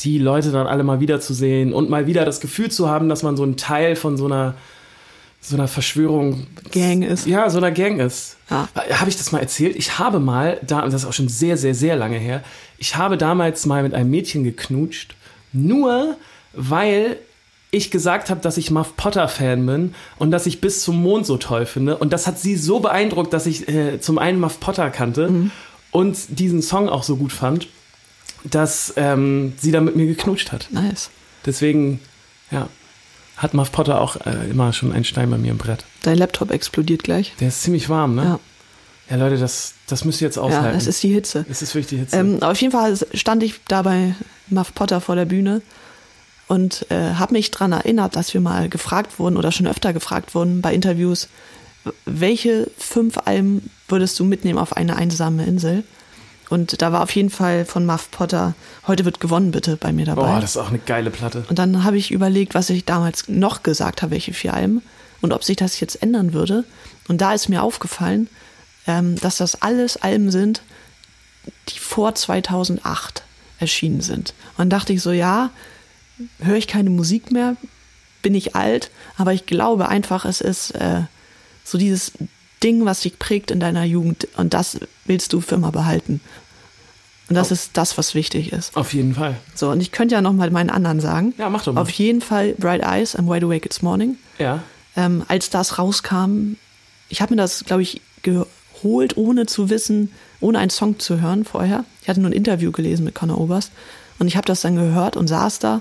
S2: die Leute dann alle mal wieder zu sehen und mal wieder das Gefühl zu haben, dass man so ein Teil von so einer, so einer Verschwörung,
S3: Gang ist.
S2: ja, so einer Gang ist.
S3: Ja.
S2: Habe ich das mal erzählt? Ich habe mal, da, und das ist auch schon sehr, sehr, sehr lange her, ich habe damals mal mit einem Mädchen geknutscht, nur weil ich gesagt habe, dass ich Muff Potter-Fan bin und dass ich bis zum Mond so toll finde. Und das hat sie so beeindruckt, dass ich äh, zum einen Muff Potter kannte
S3: Mhm.
S2: und diesen Song auch so gut fand, dass ähm, sie da mit mir geknutscht hat.
S3: Nice.
S2: Deswegen, ja, hat Muff Potter auch äh, immer schon einen Stein bei mir im Brett.
S3: Dein Laptop explodiert gleich.
S2: Der ist ziemlich warm, ne?
S3: Ja,
S2: Ja, Leute, das, das müsst ihr jetzt aushalten.
S3: ja es ist die Hitze.
S2: es ist wirklich Hitze.
S3: Ähm, auf jeden Fall stand ich da bei Muff Potter vor der Bühne und äh, habe mich daran erinnert, dass wir mal gefragt wurden oder schon öfter gefragt wurden bei Interviews, welche fünf Alben würdest du mitnehmen auf eine einsame Insel? Und da war auf jeden Fall von Muff Potter, heute wird gewonnen bitte bei mir dabei.
S2: Boah, das ist auch eine geile Platte.
S3: Und dann habe ich überlegt, was ich damals noch gesagt habe, welche vier Alben und ob sich das jetzt ändern würde. Und da ist mir aufgefallen, ähm, dass das alles Alben sind, die vor 2008 erschienen sind. Und dann dachte ich so, ja, höre ich keine Musik mehr, bin ich alt, aber ich glaube einfach, es ist äh, so dieses Ding, was dich prägt in deiner Jugend und das willst du für immer behalten. Und das ist das, was wichtig ist.
S2: Auf jeden Fall.
S3: So, und ich könnte ja noch mal meinen anderen sagen.
S2: Ja, mach doch mal.
S3: Auf jeden Fall Bright Eyes and Wide Awake It's Morning.
S2: Ja.
S3: Ähm, als das rauskam, ich habe mir das, glaube ich, geholt, ohne zu wissen, ohne einen Song zu hören vorher. Ich hatte nur ein Interview gelesen mit Conor Oberst und ich habe das dann gehört und saß da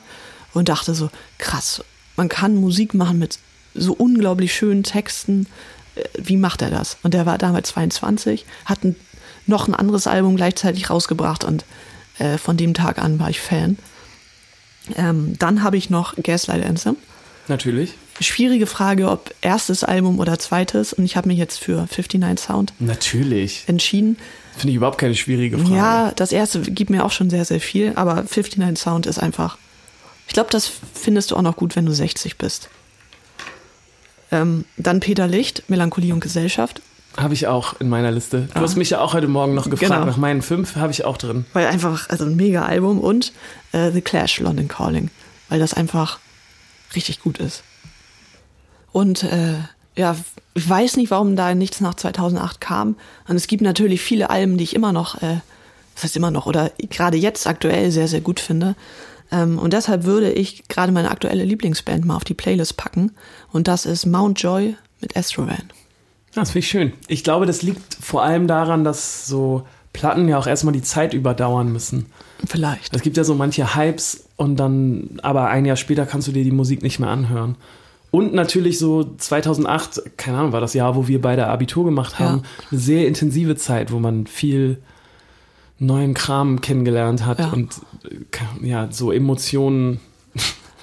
S3: und dachte so, krass, man kann Musik machen mit so unglaublich schönen Texten. Äh, Wie macht er das? Und der war damals 22, hat ein, noch ein anderes Album gleichzeitig rausgebracht und äh, von dem Tag an war ich Fan. Ähm, dann habe ich noch Gaslight Anthem.
S2: Natürlich.
S3: Schwierige Frage, ob erstes Album oder zweites. Und ich habe mich jetzt für 59 Sound
S2: Natürlich.
S3: entschieden.
S2: Finde ich überhaupt keine schwierige Frage.
S3: Ja, das erste gibt mir auch schon sehr, sehr viel, aber 59 Sound ist einfach. Ich glaube, das findest du auch noch gut, wenn du 60 bist. Ähm, dann Peter Licht, Melancholie und Gesellschaft,
S2: Habe ich auch in meiner Liste. Du hast mich ja auch heute Morgen noch gefragt
S3: Ah. Genau.
S2: nach meinen fünf. Habe ich auch drin.
S3: weil einfach, also ein mega Album und äh, The Clash, London Calling, weil das einfach richtig gut ist. Und äh, ja, ich weiß nicht, warum da nichts nach 2008 kam. Und es gibt natürlich viele Alben, die ich immer noch, äh, das heißt immer noch, oder gerade jetzt aktuell sehr, sehr gut finde. Ähm, und deshalb würde ich gerade meine aktuelle Lieblingsband mal auf die Playlist packen. Und das ist Mountjoy mit Astrovan.
S2: Ja, Das finde ich schön. Ich glaube, das liegt vor allem daran, dass so Platten ja auch erstmal die Zeit überdauern müssen.
S3: Vielleicht.
S2: Es gibt ja so manche Hypes und dann, aber ein Jahr später kannst du dir die Musik nicht mehr anhören. Und natürlich so 2008, keine Ahnung, war das Jahr, wo wir beide Abitur gemacht haben, eine sehr intensive Zeit, wo man viel neuen Kram kennengelernt hat
S3: Ja.
S2: und äh, kann- ja, so Emotionen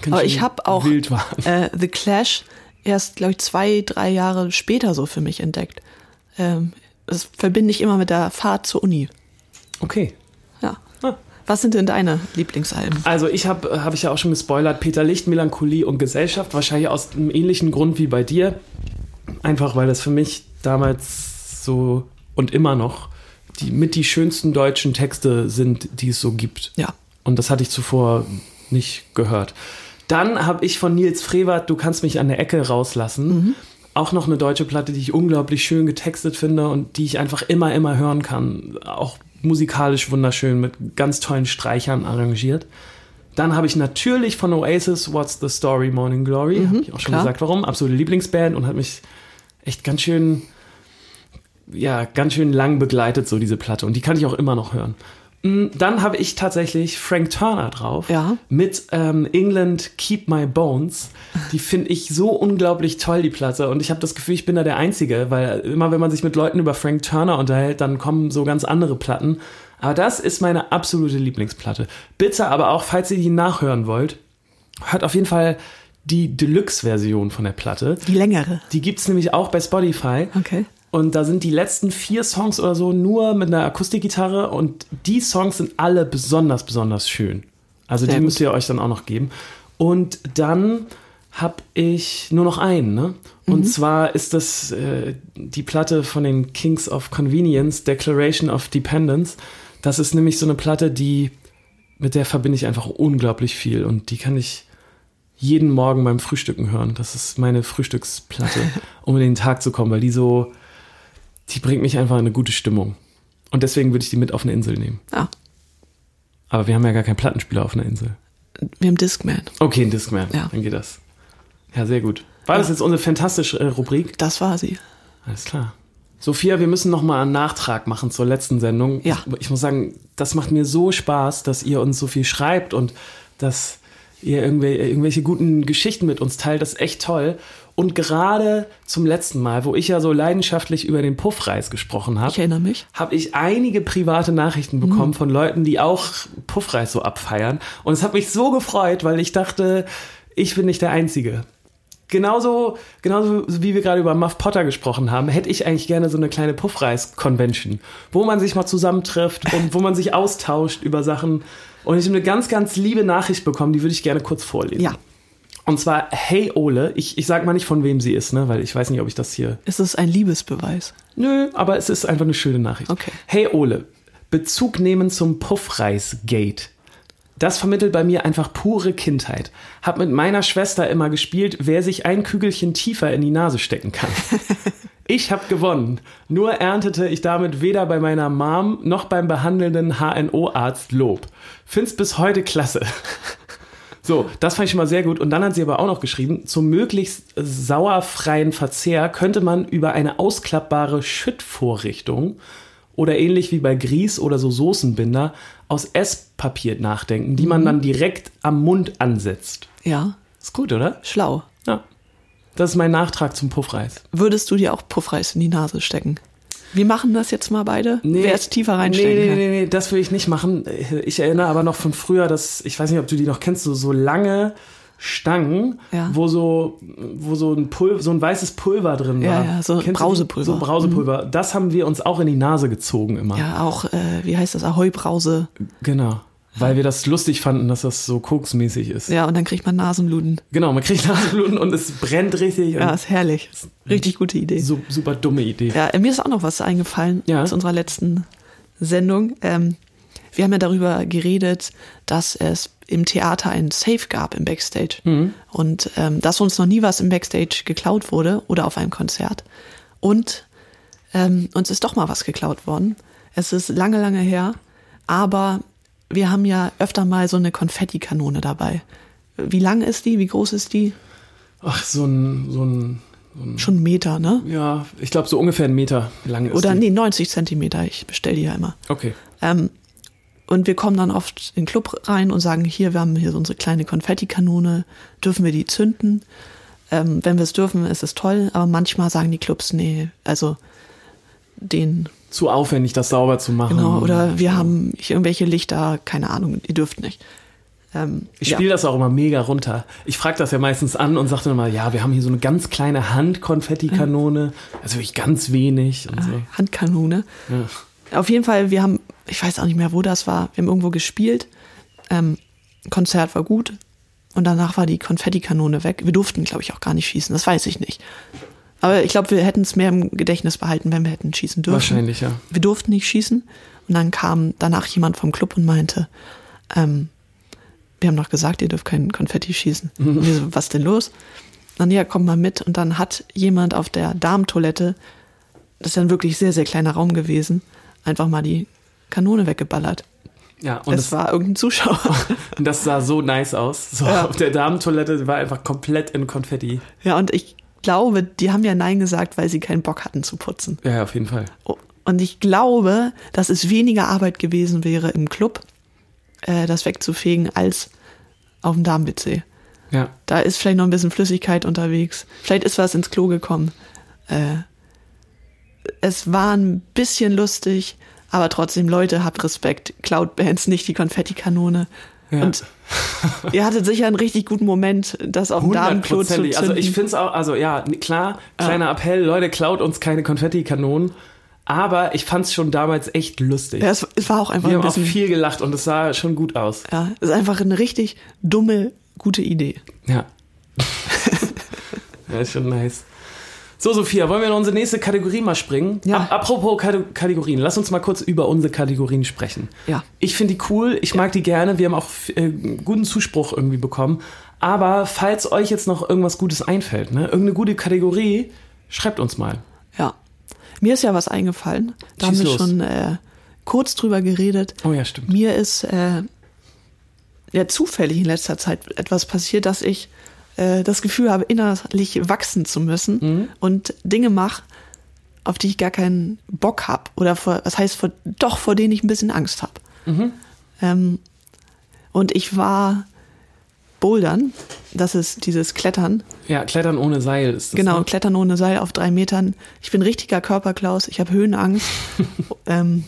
S2: ganz
S3: Aber ich
S2: schön
S3: hab auch-
S2: wild waren.
S3: äh, The Clash erst, glaube ich, zwei, drei Jahre später so für mich entdeckt. Ähm, das verbinde ich immer mit der Fahrt zur Uni.
S2: Okay.
S3: Ja.
S2: Ah.
S3: Was sind denn deine Lieblingsalben?
S2: Also ich habe, habe ich ja auch schon gespoilert, Peter Licht, Melancholie und Gesellschaft, wahrscheinlich aus einem ähnlichen Grund wie bei dir. Einfach weil das für mich damals so und immer noch die, mit die schönsten deutschen Texte sind, die es so gibt.
S3: Ja.
S2: Und das hatte ich zuvor nicht gehört. Dann habe ich von Nils Frevert, Du kannst mich an der Ecke rauslassen, auch noch eine deutsche Platte, die ich unglaublich schön getextet finde und die ich einfach immer, immer hören kann. Auch musikalisch wunderschön mit ganz tollen Streichern arrangiert. Dann habe ich natürlich von Oasis What's the Story Morning Glory, habe ich auch schon
S3: klar.
S2: gesagt, warum, absolute Lieblingsband und hat mich echt ganz schön ja, ganz schön lang begleitet, so diese Platte. Und die kann ich auch immer noch hören. Mm, Dann habe ich tatsächlich Frank Turner drauf.
S3: Ja.
S2: Mit ähm, England Keep My Bones. Die finde ich so unglaublich toll, die Platte. Und ich habe das Gefühl, ich bin da der Einzige, weil immer, wenn man sich mit Leuten über Frank Turner unterhält, dann kommen so ganz andere Platten. Aber das ist meine absolute Lieblingsplatte. Bitte aber auch, falls ihr die nachhören wollt, hört auf jeden Fall die Deluxe-Version von der Platte.
S3: Die längere.
S2: Die gibt's nämlich auch bei Spotify.
S3: Okay.
S2: Und da sind die letzten vier Songs oder so nur mit einer Akustikgitarre und die Songs sind alle besonders, besonders schön. Also
S3: Sehr
S2: die
S3: gut.
S2: müsst ihr euch dann auch noch geben. Und dann hab ich nur noch einen, ne?
S3: Mhm.
S2: Und zwar ist das äh, die Platte von den Kings of Convenience, Declaration of Dependence. Das ist nämlich so eine Platte, die mit der verbinde ich einfach unglaublich viel und die kann ich jeden Morgen beim Frühstücken hören. Das ist meine Frühstücksplatte, um in den Tag zu kommen, weil die so, die bringt mich einfach in eine gute Stimmung. Und deswegen würde ich die mit auf eine Insel nehmen.
S3: Ja.
S2: Aber wir haben ja gar keinen Plattenspieler auf einer Insel.
S3: Wir haben Discman.
S2: Okay, ein Discman,
S3: Ja.
S2: dann geht das. Ja, sehr gut. War das jetzt unsere fantastische äh, Rubrik?
S3: Das war sie.
S2: Alles klar. Sophia, wir müssen noch mal einen Nachtrag machen zur letzten Sendung.
S3: Ja.
S2: Ich, ich muss sagen, das macht mir so Spaß, dass ihr uns so viel schreibt und dass ihr irgendwel- irgendwelche guten Geschichten mit uns teilt. Das ist echt toll. Und gerade zum letzten Mal, wo ich ja so leidenschaftlich über den Puffreis gesprochen habe,
S3: Ich erinnere mich.
S2: habe ich einige private Nachrichten bekommen von Leuten, die auch Puffreis so abfeiern. Und es hat mich so gefreut, weil ich dachte, ich bin nicht der Einzige. Genauso, genauso wie wir gerade über Muff Potter gesprochen haben, hätte ich eigentlich gerne so eine kleine Puffreis-Convention, wo man sich mal zusammentrifft und wo man sich austauscht über Sachen. Und ich habe eine ganz, ganz liebe Nachricht bekommen, die würde ich gerne kurz vorlesen.
S3: Ja.
S2: Und zwar, hey Ole, ich, ich sag mal nicht, von wem sie ist, ne? weil ich weiß nicht, ob ich das hier
S3: Es ist ein Liebesbeweis.
S2: Nö, aber es ist einfach eine schöne Nachricht.
S3: Okay.
S2: Hey Ole, Bezug nehmen zum Puffreis-Gate. Das vermittelt bei mir einfach pure Kindheit. Hab mit meiner Schwester immer gespielt, wer sich ein Kügelchen tiefer in die Nase stecken kann. Ich hab gewonnen. Nur erntete ich damit weder bei meiner Mom noch beim behandelnden HNO-Arzt Lob. Find's bis heute klasse. So, das fand ich schon mal sehr gut. Und dann hat sie aber auch noch geschrieben, zum möglichst sauerfreien Verzehr könnte man über eine ausklappbare Schüttvorrichtung oder ähnlich wie bei Grieß oder so Soßenbinder aus Esspapier nachdenken, die man dann direkt am Mund ansetzt.
S3: Ja,
S2: Mhm. Ist gut, oder?
S3: schlau.
S2: Ja. Das ist mein Nachtrag zum Puffreis.
S3: Würdest du dir auch Puffreis in die Nase stecken? Wir machen das jetzt mal beide. Wer es tiefer reinstecken
S2: nee,
S3: kann.
S2: nee, nee, nee, das will ich nicht machen. Ich erinnere aber noch von früher, dass, ich weiß nicht, ob du die noch kennst, so, so lange Stangen,
S3: Ja.
S2: wo so, wo so ein Pulver, so ein weißes Pulver drin
S3: Ja,
S2: war.
S3: ja, so
S2: Kennst du die?
S3: Brausepulver. Mhm.
S2: So Brausepulver. Das haben wir uns auch in die Nase gezogen immer.
S3: Ja, auch, äh, wie heißt das, Ahoi-Brause.
S2: Genau. Weil wir das lustig fanden, dass das so koksmäßig ist.
S3: Ja, und dann kriegt man Nasenbluten.
S2: Genau, man kriegt Nasenbluten und es brennt richtig.
S3: Ja,
S2: und
S3: ist herrlich. Richtig gute Idee.
S2: so, super dumme Idee.
S3: Ja, äh, mir ist auch noch was eingefallen
S2: Ja.
S3: zu unserer letzten Sendung. Ähm, wir haben ja darüber geredet, dass es im Theater ein Safe gab im Backstage.
S2: Mhm.
S3: Und ähm, dass uns noch nie was im Backstage geklaut wurde oder auf einem Konzert. Und ähm, uns ist doch mal was geklaut worden. Es ist lange, lange her, aber wir haben ja öfter mal so eine Konfettikanone dabei. Wie lang ist die? Wie groß ist die?
S2: Ach, so ein, so ein,
S3: Schon einen Meter, ne?
S2: ja, ich glaube so ungefähr einen Meter lang ist
S3: Oder
S2: die.
S3: nee, 90 Zentimeter. Ich bestell die ja immer.
S2: Okay.
S3: Ähm, und wir kommen dann oft in den Club rein und sagen, hier, wir haben hier so unsere kleine Konfettikanone, dürfen wir die zünden? Ähm, wenn wir es dürfen, ist es toll, aber manchmal sagen die Clubs, nee, also den,
S2: Zu aufwendig, das sauber zu machen.
S3: genau, oder wir haben hier irgendwelche Lichter, keine Ahnung, ihr dürft nicht. Ähm,
S2: Ich
S3: ja.
S2: spiele das auch immer mega runter. Ich frage das ja meistens an und sage dann mal, ja, wir haben hier so eine ganz kleine Handkonfettikanone, also wirklich ganz wenig und so.
S3: Handkanone.
S2: Ja.
S3: Auf jeden Fall, wir haben, ich weiß auch nicht mehr, wo das war, wir haben irgendwo gespielt. Ähm, Konzert war gut und danach war die Konfettikanone weg. Wir durften, glaube ich, auch gar nicht schießen, das weiß ich nicht. Aber ich glaube, wir hätten es mehr im Gedächtnis behalten, wenn wir hätten schießen dürfen.
S2: Wahrscheinlich, ja.
S3: Wir durften nicht schießen und dann kam danach jemand vom Club und meinte, ähm, wir haben doch gesagt, ihr dürft kein Konfetti schießen. Und wir so, was denn los? Dann ja, komm mal mit. Und dann hat jemand auf der Darmtoilette, das ist ja ein wirklich sehr, sehr kleiner Raum gewesen, einfach mal die Kanone weggeballert.
S2: Ja, und
S3: das,
S2: das,
S3: war irgendein Zuschauer.
S2: und das sah so nice aus. So
S3: Ja.
S2: auf der Damentoilette war einfach komplett in Konfetti.
S3: ja, und ich glaube, die haben ja Nein gesagt, weil sie keinen Bock hatten zu putzen.
S2: Ja, ja, auf jeden Fall.
S3: Und ich glaube, dass es weniger Arbeit gewesen wäre im Club, äh, das wegzufegen, als auf dem Darm-WC.
S2: Ja.
S3: Da ist vielleicht noch ein bisschen Flüssigkeit unterwegs. Vielleicht ist was ins Klo gekommen. Äh, es war ein bisschen lustig, aber trotzdem, Leute, habt Respekt. Cloud Bands nicht die Konfettikanone.
S2: Ja.
S3: Und ihr hattet sicher einen richtig guten Moment, das auf dem Darmklo zu zünden.
S2: Hundertprozentig. Also ich finde es auch, also ja, n- klar, kleiner Appell, Leute, klaut uns keine Konfettikanonen. Aber ich fand es schon damals echt lustig.
S3: ja, es, es war auch einfach
S2: Wir
S3: ein
S2: haben auch
S3: bisschen.
S2: viel gelacht und es sah schon gut aus.
S3: ja, es ist einfach eine richtig dumme, gute Idee.
S2: Ja. ja, ist schon nice. So, Sophia, wollen wir in unsere nächste Kategorie mal springen?
S3: Ja.
S2: Ap- Apropos Kate- Kategorien, lass uns mal kurz über unsere Kategorien sprechen.
S3: Ja.
S2: Ich finde die cool, ich mag die gerne, wir haben auch äh, guten Zuspruch irgendwie bekommen. Aber falls euch jetzt noch irgendwas Gutes einfällt, ne? irgendeine gute Kategorie, schreibt uns mal.
S3: Ja. Mir ist ja was eingefallen.
S2: Schieß
S3: Da haben wir
S2: los.
S3: schon äh, kurz drüber geredet.
S2: Oh ja, stimmt.
S3: Mir ist äh, ja zufällig in letzter Zeit etwas passiert, dass ich äh, das Gefühl habe, innerlich wachsen zu müssen
S2: Mhm.
S3: und Dinge mache, auf die ich gar keinen Bock habe oder vor, was heißt vor, doch vor denen ich ein bisschen Angst habe.
S2: Mhm.
S3: Ähm, und ich war Bouldern, das ist dieses Klettern
S2: Ja, Klettern ohne Seil ist das.
S3: Genau,
S2: Ne?
S3: klettern ohne Seil auf drei Metern. Ich bin richtiger Körperklaus, ich habe Höhenangst. ähm,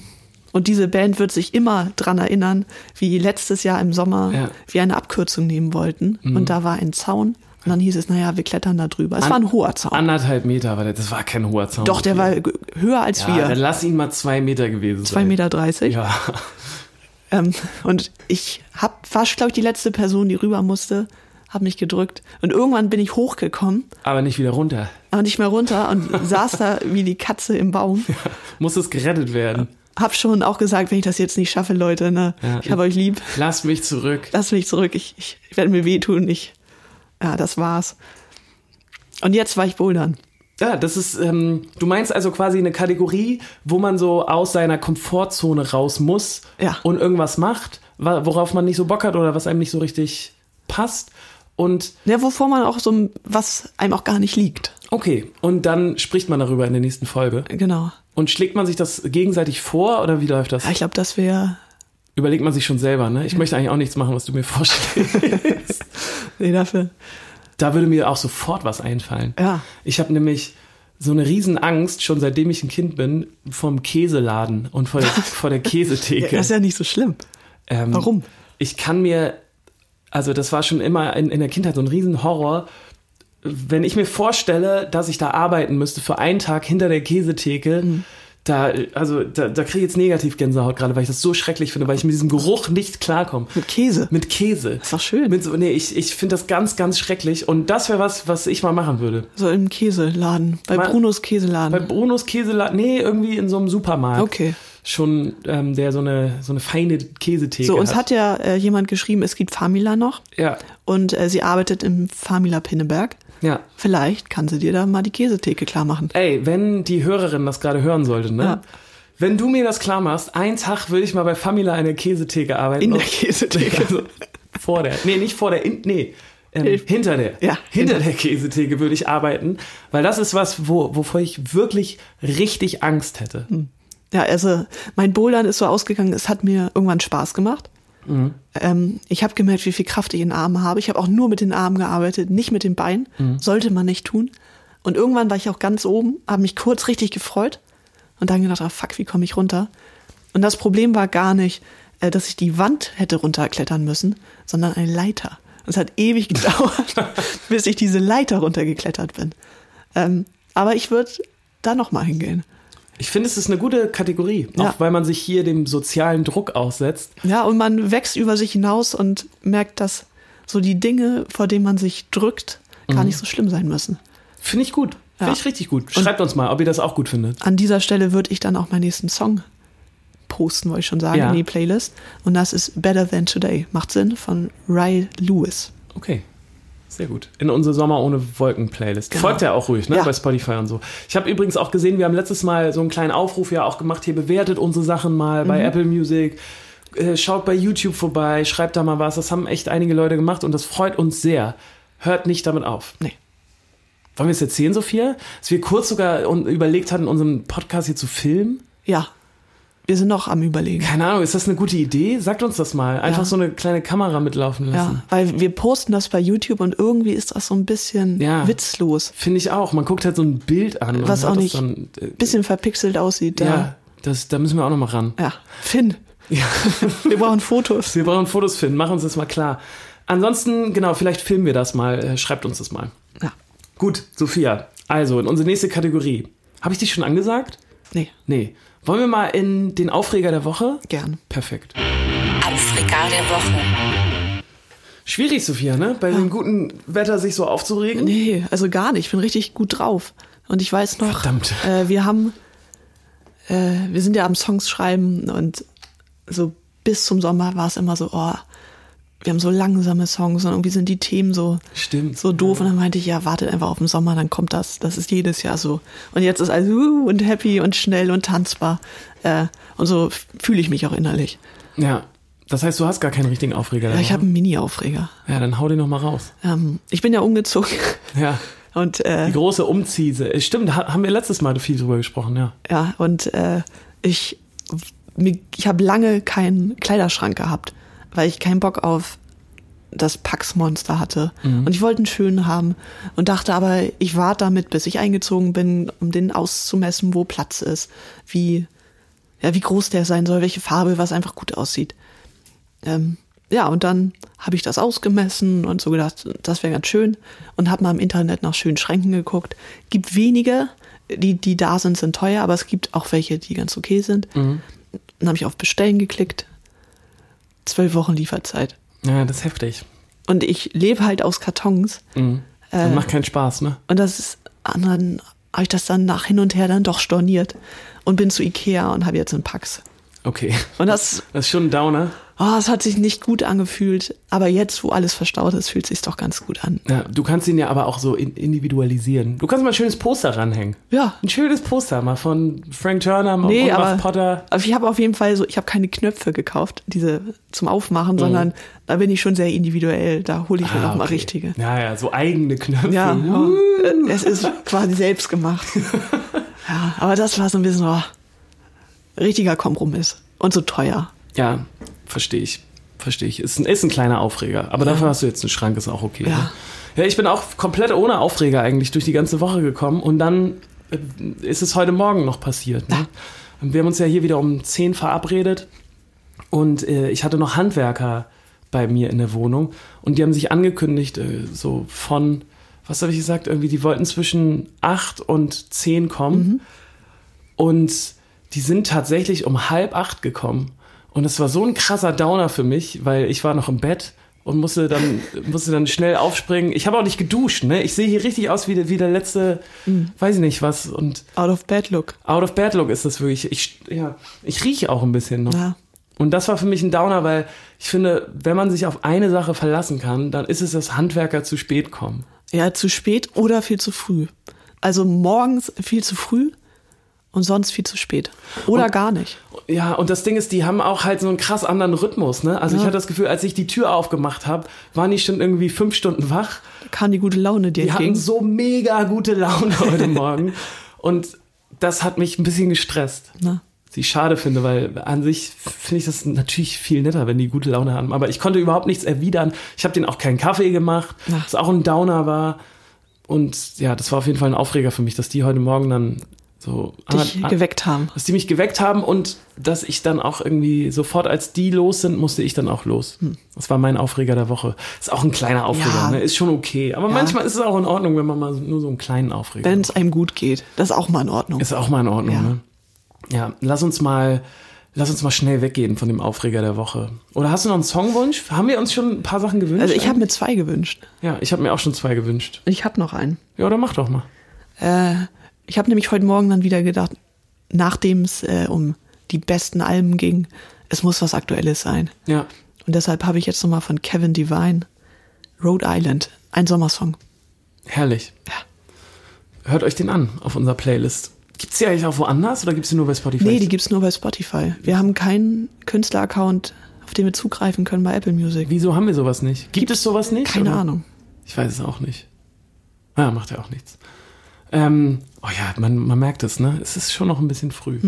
S3: und diese Band wird sich immer dran erinnern, wie letztes Jahr im Sommer
S2: Ja. Mhm.
S3: wir eine Abkürzung nehmen wollten. Und da war ein Zaun. Und dann hieß es, naja, wir klettern da drüber. Es
S2: An-
S3: war ein hoher Zaun.
S2: Anderthalb Meter war der, das war kein hoher Zaun.
S3: Doch, der war g- höher als
S2: ja, Dann
S3: wir.
S2: lass ihn mal zwei Meter gewesen
S3: zwei
S2: sein.
S3: Meter. dreißig.
S2: Ja.
S3: Ähm, und ich hab, war, glaube ich, die letzte Person, die rüber musste, habe mich gedrückt. Und irgendwann bin ich hochgekommen,
S2: Aber nicht wieder runter.
S3: aber nicht mehr runter und saß da wie die Katze im Baum.
S2: Muss es gerettet werden.
S3: hab schon auch gesagt, wenn ich das jetzt nicht schaffe, Leute, ne,
S2: Ja.
S3: ich habe euch lieb,
S2: Lasst mich zurück.
S3: lasst mich zurück, ich, ich, ich werde mir wehtun, ich, ja, das war's. Und jetzt war ich bouldern.
S2: Ja, das ist, ähm, du meinst also quasi eine Kategorie, wo man so aus seiner Komfortzone raus muss
S3: Ja.
S2: und irgendwas macht, wa- worauf man nicht so Bock hat oder was einem nicht so richtig passt. Und
S3: Ja, wovor man auch so, ein- was einem auch gar nicht liegt.
S2: okay, und dann spricht man darüber in der nächsten Folge.
S3: Genau.
S2: Und schlägt man sich das gegenseitig vor oder wie läuft das?
S3: Ja, ich glaube, das wäre,
S2: Überlegt man sich schon selber, ne? Ich möchte eigentlich auch nichts machen, was du mir vorschlägst.
S3: nee, dafür,
S2: da würde mir auch sofort was einfallen.
S3: ja.
S2: Ich habe nämlich so eine Riesenangst, schon seitdem ich ein Kind bin, vom Käseladen und vor der, vor der
S3: ja.
S2: Käsetheke.
S3: Das ist ja nicht so schlimm.
S2: Ähm,
S3: Warum?
S2: Ich kann mir, also das war schon immer in, in der Kindheit so ein Riesenhorror, wenn ich mir vorstelle, dass ich da arbeiten müsste für einen Tag hinter der Käsetheke,
S3: Mhm.
S2: da, also da, da kriege ich jetzt negativ Gänsehaut gerade, weil ich das so schrecklich finde, weil ich mit diesem Geruch nicht klarkomme.
S3: Mit Käse.
S2: Mit Käse.
S3: ist doch schön.
S2: Mit so, nee, ich, ich finde das ganz, ganz schrecklich und das wäre was, was ich mal machen würde.
S3: So im Käseladen. Bei
S2: Mal-
S3: Brunos
S2: Bei
S3: Käseladen.
S2: Brunos Käseladen, nee, irgendwie in so einem Supermarkt.
S3: Mhm. Okay.
S2: Schon, ähm, der so eine, so eine feine Käsetheke
S3: So, uns
S2: hat.
S3: hat ja äh, jemand geschrieben, es gibt Famila noch
S2: Ja,
S3: und äh, sie arbeitet im Famila Pinneberg.
S2: ja.
S3: Vielleicht kann sie dir da mal die Käsetheke klar machen.
S2: Ey, wenn die Hörerin das gerade hören sollte, ne?
S3: Ja.
S2: Wenn du mir das klar machst, einen Tag will ich mal bei Famila in der Käsetheke arbeiten.
S3: In der
S2: Und-
S3: Käsetheke.
S2: Also, vor der. Nee, nicht vor der. In, nee. Ähm,
S3: Hilf.
S2: hinter der.
S3: Ja,
S2: hinter der Käsetheke würde ich arbeiten, weil das ist was, wo, wovor ich wirklich richtig Angst hätte.
S3: Hm. Ja, also mein Bouldern ist so ausgegangen, es hat mir irgendwann Spaß gemacht. Ähm, ich habe gemerkt, wie viel Kraft ich in den Armen habe. Ich habe auch nur mit den Armen gearbeitet, nicht mit den Beinen. Sollte man nicht tun. Und irgendwann war ich auch ganz oben, habe mich kurz richtig gefreut und dann gedacht, ah, fuck, wie komme ich runter? Und das Problem war gar nicht, äh, dass ich die Wand hätte runterklettern müssen, sondern eine Leiter. Und Es hat ewig gedauert, bis ich diese Leiter runtergeklettert bin. Ähm, aber ich würde da nochmal hingehen.
S2: Ich finde, es ist eine gute Kategorie,
S3: Ja.
S2: auch weil man sich hier dem sozialen Druck aussetzt.
S3: Ja, und man wächst über sich hinaus und merkt, dass so die Dinge, vor denen man sich drückt, gar nicht so schlimm sein müssen.
S2: Finde ich gut.
S3: Ja.
S2: Finde ich richtig gut. Schreibt uns mal, ob ihr das auch gut findet.
S3: An dieser Stelle würde ich dann auch meinen nächsten Song posten, wollte ich schon sagen,
S2: Ja.
S3: in die Playlist. Und das ist Better Than Today. Macht Sinn von Ray Lewis.
S2: Okay. Sehr gut. In unsere Sommer ohne Wolken Playlist.
S3: Genau.
S2: Folgt ja auch ruhig, ne?
S3: Ja.
S2: Bei Spotify und so. Ich habe übrigens auch gesehen, wir haben letztes Mal so einen kleinen Aufruf ja auch gemacht, hier bewertet unsere Sachen mal
S3: Mhm.
S2: bei Apple Music. Äh, Schaut bei YouTube vorbei, schreibt da mal was. Das haben echt einige Leute gemacht und das freut uns sehr. Hört nicht damit auf.
S3: Nee.
S2: Wollen wir es erzählen, Sophia? Dass wir kurz sogar un- überlegt hatten, unseren Podcast hier zu filmen?
S3: Ja, wir sind noch am Überlegen.
S2: Keine Ahnung, ist das eine gute Idee? Sagt uns das mal. Einfach
S3: Ja.
S2: so eine kleine Kamera mitlaufen lassen.
S3: Ja, weil wir posten das bei YouTube und irgendwie ist das so ein bisschen
S2: Ja.
S3: witzlos.
S2: Finde ich auch. Man guckt halt so ein Bild an. und
S3: Was auch
S2: hat das
S3: nicht-
S2: Dann, äh,
S3: Bisschen verpixelt aussieht.
S2: Ja,
S3: Ja.
S2: das, da müssen wir auch nochmal ran.
S3: ja. Finn, wir brauchen Fotos.
S2: Wir brauchen Fotos finden, machen uns das mal klar. Ansonsten, genau, vielleicht filmen wir das mal, äh, schreibt uns das mal.
S3: Ja.
S2: Gut, Sophia, also in unsere nächste Kategorie. Habe ich dich schon angesagt?
S3: Nee,
S2: Nee. Wollen wir mal in den Aufreger der Woche?
S3: gern.
S2: Perfekt.
S1: Aufreger der Woche.
S2: Schwierig, Sophia, ne? Bei dem guten Wetter sich so aufzuregen.
S3: Nee, also gar nicht. Ich bin richtig gut drauf. Und ich weiß noch,
S2: Verdammt.
S3: Äh, wir haben, äh, wir sind ja am Songs schreiben und so bis zum Sommer war es immer so, oh, wir haben so langsame Songs und irgendwie sind die Themen so,
S2: Stimmt.
S3: so doof. Und dann meinte ich, ja, wartet einfach auf den Sommer, dann kommt das. Das ist jedes Jahr so. Und jetzt ist alles uh, und happy und schnell und tanzbar. Äh, und so f- fühle ich mich auch innerlich.
S2: Ja. Das heißt, du hast gar keinen richtigen Aufreger.
S3: Ja,
S2: der
S3: ich habe
S2: Woche.
S3: einen Mini-Aufreger.
S2: ja, dann hau den nochmal raus.
S3: Ähm, ich bin ja umgezogen.
S2: Ja.
S3: Und äh,
S2: Die große Umziehse. Stimmt, ha- haben wir letztes Mal viel drüber gesprochen, ja.
S3: Ja, und äh, ich, mir- ich habe lange keinen Kleiderschrank gehabt, weil ich keinen Bock auf das Pax-Monster hatte. Und ich wollte einen schönen haben und dachte aber, ich warte damit, bis ich eingezogen bin, um den auszumessen, wo Platz ist, wie, ja, wie groß der sein soll, welche Farbe, was einfach gut aussieht. Ähm, ja, und dann habe ich das ausgemessen und so gedacht, das wäre ganz schön. Und habe mal im Internet nach schönen Schränken geguckt. Gibt wenige, die, die da sind, sind teuer, aber es gibt auch welche, die ganz okay sind. Dann habe ich auf Bestellen geklickt. Zwölf Wochen Lieferzeit.
S2: Ja, das ist heftig.
S3: Und ich lebe halt aus Kartons.
S2: Mhm. Das
S3: Äh,
S2: macht keinen Spaß, ne?
S3: Und das ist, und dann habe ich das dann nach hin und her dann doch storniert und bin zu Ikea und habe jetzt einen Pax.
S2: Okay.
S3: Und das
S2: Das ist schon ein Downer.
S3: oh, es hat sich nicht gut angefühlt, aber jetzt, wo alles verstaut ist, fühlt es sich doch ganz gut an.
S2: Ja, du kannst ihn ja aber auch so in individualisieren. Du kannst mal ein schönes Poster ranhängen.
S3: Ja.
S2: Ein schönes Poster mal von Frank Turner und Ralph Potter.
S3: aber Also ich habe auf jeden Fall so, ich habe keine Knöpfe gekauft, diese zum Aufmachen, sondern da bin ich schon sehr individuell. Da hole ich mir
S2: Mhm. Ah,
S3: auch mal
S2: okay.
S3: richtige.
S2: Ja, ja, so eigene Knöpfe.
S3: Ja, ja.
S2: Uh.
S3: Äh, es ist quasi selbst gemacht. ja, aber das war so ein bisschen oh, richtiger Kompromiss und so teuer.
S2: Ja, verstehe ich. Verstehe ich. Ist ein, ist ein kleiner Aufreger. Aber dafür hast du jetzt einen Schrank, ist auch okay.
S3: Ja.
S2: Ne? Ja, ich bin auch komplett ohne Aufreger eigentlich durch die ganze Woche gekommen. Und dann äh, ist es heute Morgen noch passiert. Ne? Und Wir haben uns ja hier wieder um 10 verabredet. Und äh, ich hatte noch Handwerker bei mir in der Wohnung. Und die haben sich angekündigt, äh, so von, was habe ich gesagt, irgendwie, die wollten zwischen 8 und 10 kommen. Und die sind tatsächlich um halb acht gekommen. Und es war so ein krasser Downer für mich, weil ich war noch im Bett und musste dann, musste dann schnell aufspringen. Ich habe auch nicht geduscht, ne? Ich sehe hier richtig aus wie, der- wie der letzte, weiß ich nicht was. Und
S3: Out of bed look.
S2: out of bed look ist das wirklich. Ich, ja, ich rieche auch ein bisschen noch.
S3: Ja.
S2: Und das war für mich ein Downer, weil ich finde, wenn man sich auf eine Sache verlassen kann, dann ist es, dass Handwerker zu spät kommen.
S3: Ja, zu spät oder viel zu früh. Also morgens viel zu früh und sonst viel zu spät. Oder gar nicht.
S2: Ja, und das Ding ist, die haben auch halt so einen krass anderen Rhythmus, ne? Also ich
S3: Ja.
S2: hatte das Gefühl, als ich die Tür aufgemacht habe, waren die schon irgendwie fünf Stunden wach.
S3: Da kam die gute Laune dir
S2: Die hatten
S3: entgegen.
S2: so mega gute Laune heute Morgen. Und das hat mich ein bisschen gestresst.
S3: Na.
S2: Was ich schade finde, weil an sich finde ich das natürlich viel netter, wenn die gute Laune haben. Aber ich konnte überhaupt nichts erwidern. Ich habe denen auch keinen Kaffee gemacht,
S3: Ach.
S2: was auch ein Downer war. Und ja, das war auf jeden Fall ein Aufreger für mich, dass die heute Morgen dann so
S3: dich
S2: ander-
S3: geweckt haben.
S2: dass die mich geweckt haben und dass ich dann auch irgendwie sofort, als die los sind, musste ich dann auch los. Das war mein Aufreger der Woche. Ist auch ein kleiner Aufreger,
S3: Hm. Ja.
S2: ne? ist schon okay. Aber manchmal ist es auch in Ordnung, wenn man mal nur so einen kleinen Aufreger
S3: Wenn es einem gut geht. Das ist auch mal in Ordnung.
S2: Ist auch mal in Ordnung.
S3: Ja.
S2: Ne? ja, lass uns mal, lass uns mal schnell weggehen von dem Aufreger der Woche. Oder hast du noch einen Songwunsch? Haben wir uns schon ein paar Sachen gewünscht?
S3: also ich habe mir zwei gewünscht.
S2: ja, ich habe mir auch schon zwei gewünscht.
S3: Ich habe noch einen.
S2: Ja, dann mach doch mal.
S3: Äh, ich habe nämlich heute Morgen dann wieder gedacht, nachdem es äh, um die besten Alben ging, es muss was Aktuelles sein.
S2: Ja,
S3: Und deshalb habe ich jetzt nochmal von Kevin Divine Rhode Island, ein Sommersong.
S2: herrlich. Hört euch den an auf unserer Playlist. Gibt's die eigentlich auch woanders oder gibt's die nur bei Spotify?
S3: Nee, die gibt's nur bei Spotify. Wir haben keinen Künstler-Account, auf den wir zugreifen können bei Apple Music.
S2: Wieso haben wir sowas nicht? Gibt es sowas nicht?
S3: Keine
S2: oder?
S3: Ahnung.
S2: Ich weiß es auch nicht. Ja, macht ja auch nichts. Ähm, oh ja, man, man merkt es, ne? Es ist schon noch ein bisschen früh.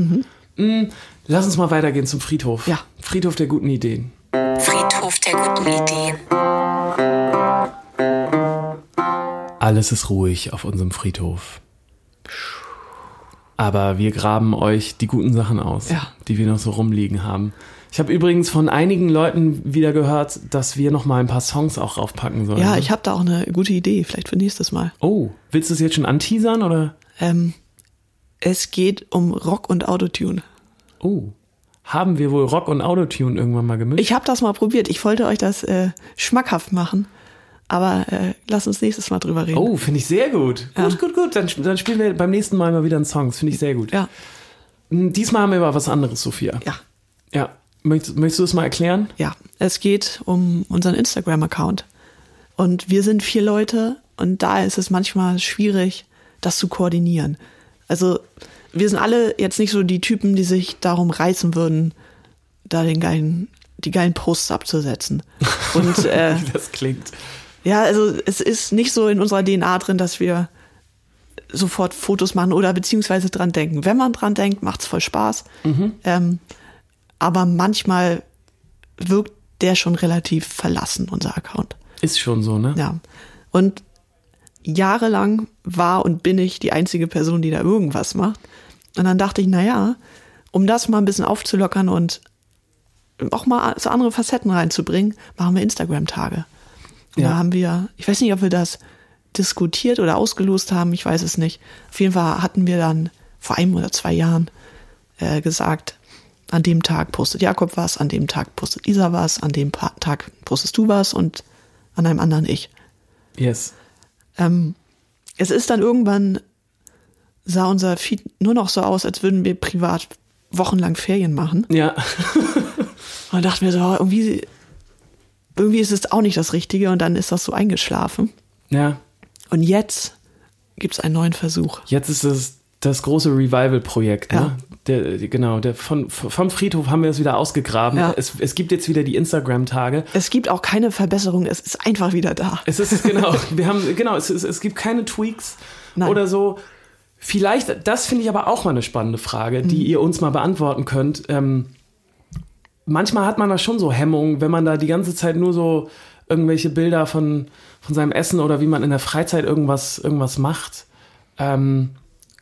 S2: Mm, lass uns mal weitergehen zum Friedhof.
S3: Mhm. Ja.
S2: Friedhof der guten Ideen.
S1: Friedhof der guten Ideen.
S2: Alles ist ruhig auf unserem Friedhof. Aber wir graben euch die guten Sachen aus,
S3: Ja.
S2: die wir noch so rumliegen haben. Ich habe übrigens von einigen Leuten wieder gehört, dass wir noch mal ein paar Songs auch raufpacken sollen.
S3: Ja,
S2: ne?
S3: ich habe da auch eine gute Idee, vielleicht für nächstes Mal.
S2: Oh, willst du es jetzt schon anteasern oder?
S3: Ähm, es geht um Rock und Autotune.
S2: Oh. Haben wir wohl Rock und Autotune irgendwann mal gemischt?
S3: Ich habe das mal probiert. Ich wollte euch das äh, schmackhaft machen. Aber äh, lass uns nächstes Mal drüber reden.
S2: oh, finde ich sehr gut.
S3: Ja.
S2: Gut, gut, gut. Dann, dann spielen wir beim nächsten Mal mal wieder einen Song. Das finde ich sehr gut.
S3: Ja,
S2: Hm, Diesmal haben wir aber was anderes, Sophia.
S3: ja,
S2: Ja. Möchtest, möchtest du es mal erklären?
S3: ja. Es geht um unseren Instagram-Account. Und wir sind vier Leute und da ist es manchmal schwierig, das zu koordinieren. Also wir sind alle jetzt nicht so die Typen, die sich darum reißen würden, da den geilen, die geilen Posts abzusetzen. Und äh,
S2: Wie das klingt.
S3: Ja, also es ist nicht so in unserer DNA drin, dass wir sofort Fotos machen oder beziehungsweise dran denken. Wenn man dran denkt, macht's voll Spaß. Ähm, aber manchmal wirkt der schon relativ verlassen, unser Account.
S2: Ist schon so, ne?
S3: Ja. Und jahrelang war und bin ich die einzige Person, die da irgendwas macht. Und dann dachte ich, naja, um das mal ein bisschen aufzulockern und auch mal so andere Facetten reinzubringen, machen wir Instagram-Tage. Und
S2: Ja.
S3: Da haben wir, ich weiß nicht, ob wir das diskutiert oder ausgelost haben, ich weiß es nicht. Auf jeden Fall hatten wir dann vor einem oder zwei Jahren äh, gesagt, an dem Tag postet Jakob was, an dem Tag postet Isa was, an dem Pa- Tag postest du was und an einem anderen ich.
S2: Yes.
S3: Ähm, es ist dann irgendwann, sah unser Feed nur noch so aus, als würden wir privat wochenlang Ferien machen.
S2: Ja.
S3: Und Und dachte mir so, oh, irgendwie, irgendwie ist es auch nicht das Richtige und dann ist das so eingeschlafen.
S2: Ja,
S3: Und jetzt gibt es einen neuen Versuch.
S2: jetzt ist es das große Revival-Projekt. Ne?
S3: Ja.
S2: Der, genau, der von, vom Friedhof haben wir es wieder ausgegraben.
S3: Ja.
S2: Es, es gibt jetzt wieder die Instagram-Tage.
S3: Es gibt auch keine Verbesserung, es ist einfach wieder da.
S2: Es ist genau, wir haben genau, es, es, es gibt keine Tweaks
S3: Nein.
S2: oder so. Vielleicht, das finde ich aber auch mal eine spannende Frage,
S3: Mhm.
S2: die ihr uns mal beantworten könnt. Ähm, manchmal hat man da schon so Hemmungen, wenn man da die ganze Zeit nur so irgendwelche Bilder von, von seinem Essen oder wie man in der Freizeit irgendwas, irgendwas macht. Ähm,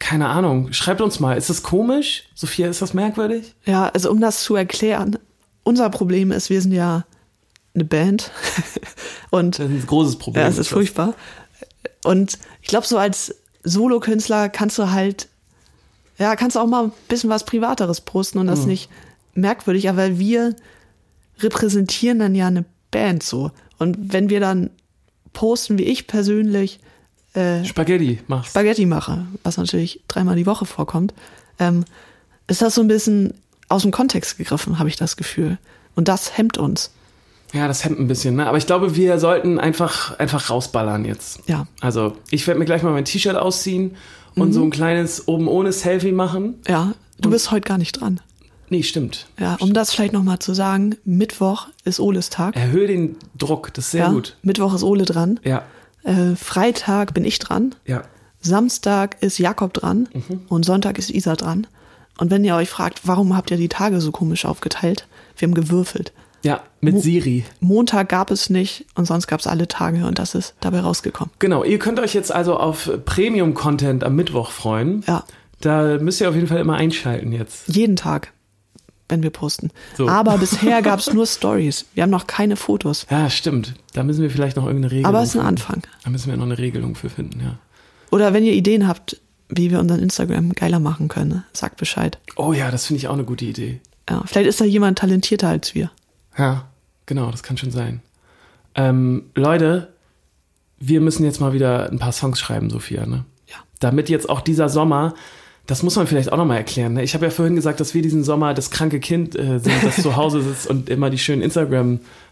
S2: keine Ahnung. Schreibt uns mal, ist das komisch? Sophia, ist das merkwürdig?
S3: Ja, also um das zu erklären, unser Problem ist, wir sind ja eine Band und
S2: Das ist ein großes Problem.
S3: ja, es ist furchtbar. Und ich glaube, so als Solokünstler kannst du halt, ja, kannst du auch mal ein bisschen was Privateres posten und das nicht merkwürdig, aber wir repräsentieren dann ja eine Band so. Und wenn wir dann posten, wie ich persönlich, äh,
S2: Spaghetti machst.
S3: Spaghetti mache, was natürlich dreimal die Woche vorkommt, ähm, ist das so ein bisschen aus dem Kontext gegriffen, habe ich das Gefühl. Und das hemmt uns.
S2: Ja, das hemmt ein bisschen, ne? Aber ich glaube, wir sollten einfach, einfach rausballern jetzt.
S3: Ja.
S2: Also, ich werde mir gleich mal mein T-Shirt ausziehen und
S3: Mhm.
S2: so ein kleines oben ohne Selfie machen.
S3: Ja, du bist heute gar nicht dran.
S2: Nee, stimmt.
S3: Ja, um das vielleicht nochmal zu sagen, Mittwoch ist Oles Tag.
S2: Erhöhe den Druck, das ist sehr
S3: ja,
S2: gut.
S3: Mittwoch ist Ole dran.
S2: Ja,
S3: Äh, Freitag bin ich dran.
S2: ja.
S3: Samstag ist Jakob dran
S2: Mhm.
S3: und Sonntag ist Isa dran. Und wenn ihr euch fragt, warum habt ihr die Tage so komisch aufgeteilt? Wir haben gewürfelt.
S2: Ja, mit
S3: Mo-
S2: Siri.
S3: Montag gab es nicht und sonst gab es alle Tage und das ist dabei rausgekommen.
S2: Genau, ihr könnt euch jetzt also auf Premium-Content am Mittwoch freuen.
S3: Ja.
S2: Da müsst ihr auf jeden Fall immer einschalten jetzt.
S3: Jeden Tag, wenn wir posten.
S2: So.
S3: Aber bisher gab es nur Stories. Wir haben noch keine Fotos.
S2: Ja, stimmt. Da müssen wir vielleicht noch irgendeine Regelung.
S3: Aber es ist ein
S2: finden.
S3: Anfang.
S2: Da müssen wir noch eine Regelung für finden, ja.
S3: Oder wenn ihr Ideen habt, wie wir unseren Instagram geiler machen können, ne? sagt Bescheid.
S2: Oh ja, das finde ich auch eine gute Idee.
S3: Ja, vielleicht ist da jemand talentierter als wir.
S2: Ja, genau, das kann schon sein. Ähm, Leute, wir müssen jetzt mal wieder ein paar Songs schreiben, Sophia, ne?
S3: Ja.
S2: Damit jetzt auch dieser Sommer, das muss man vielleicht auch nochmal erklären, ne? Ich habe ja vorhin gesagt, dass wir diesen Sommer das kranke Kind äh, sind, das zu Hause sitzt und immer die schönen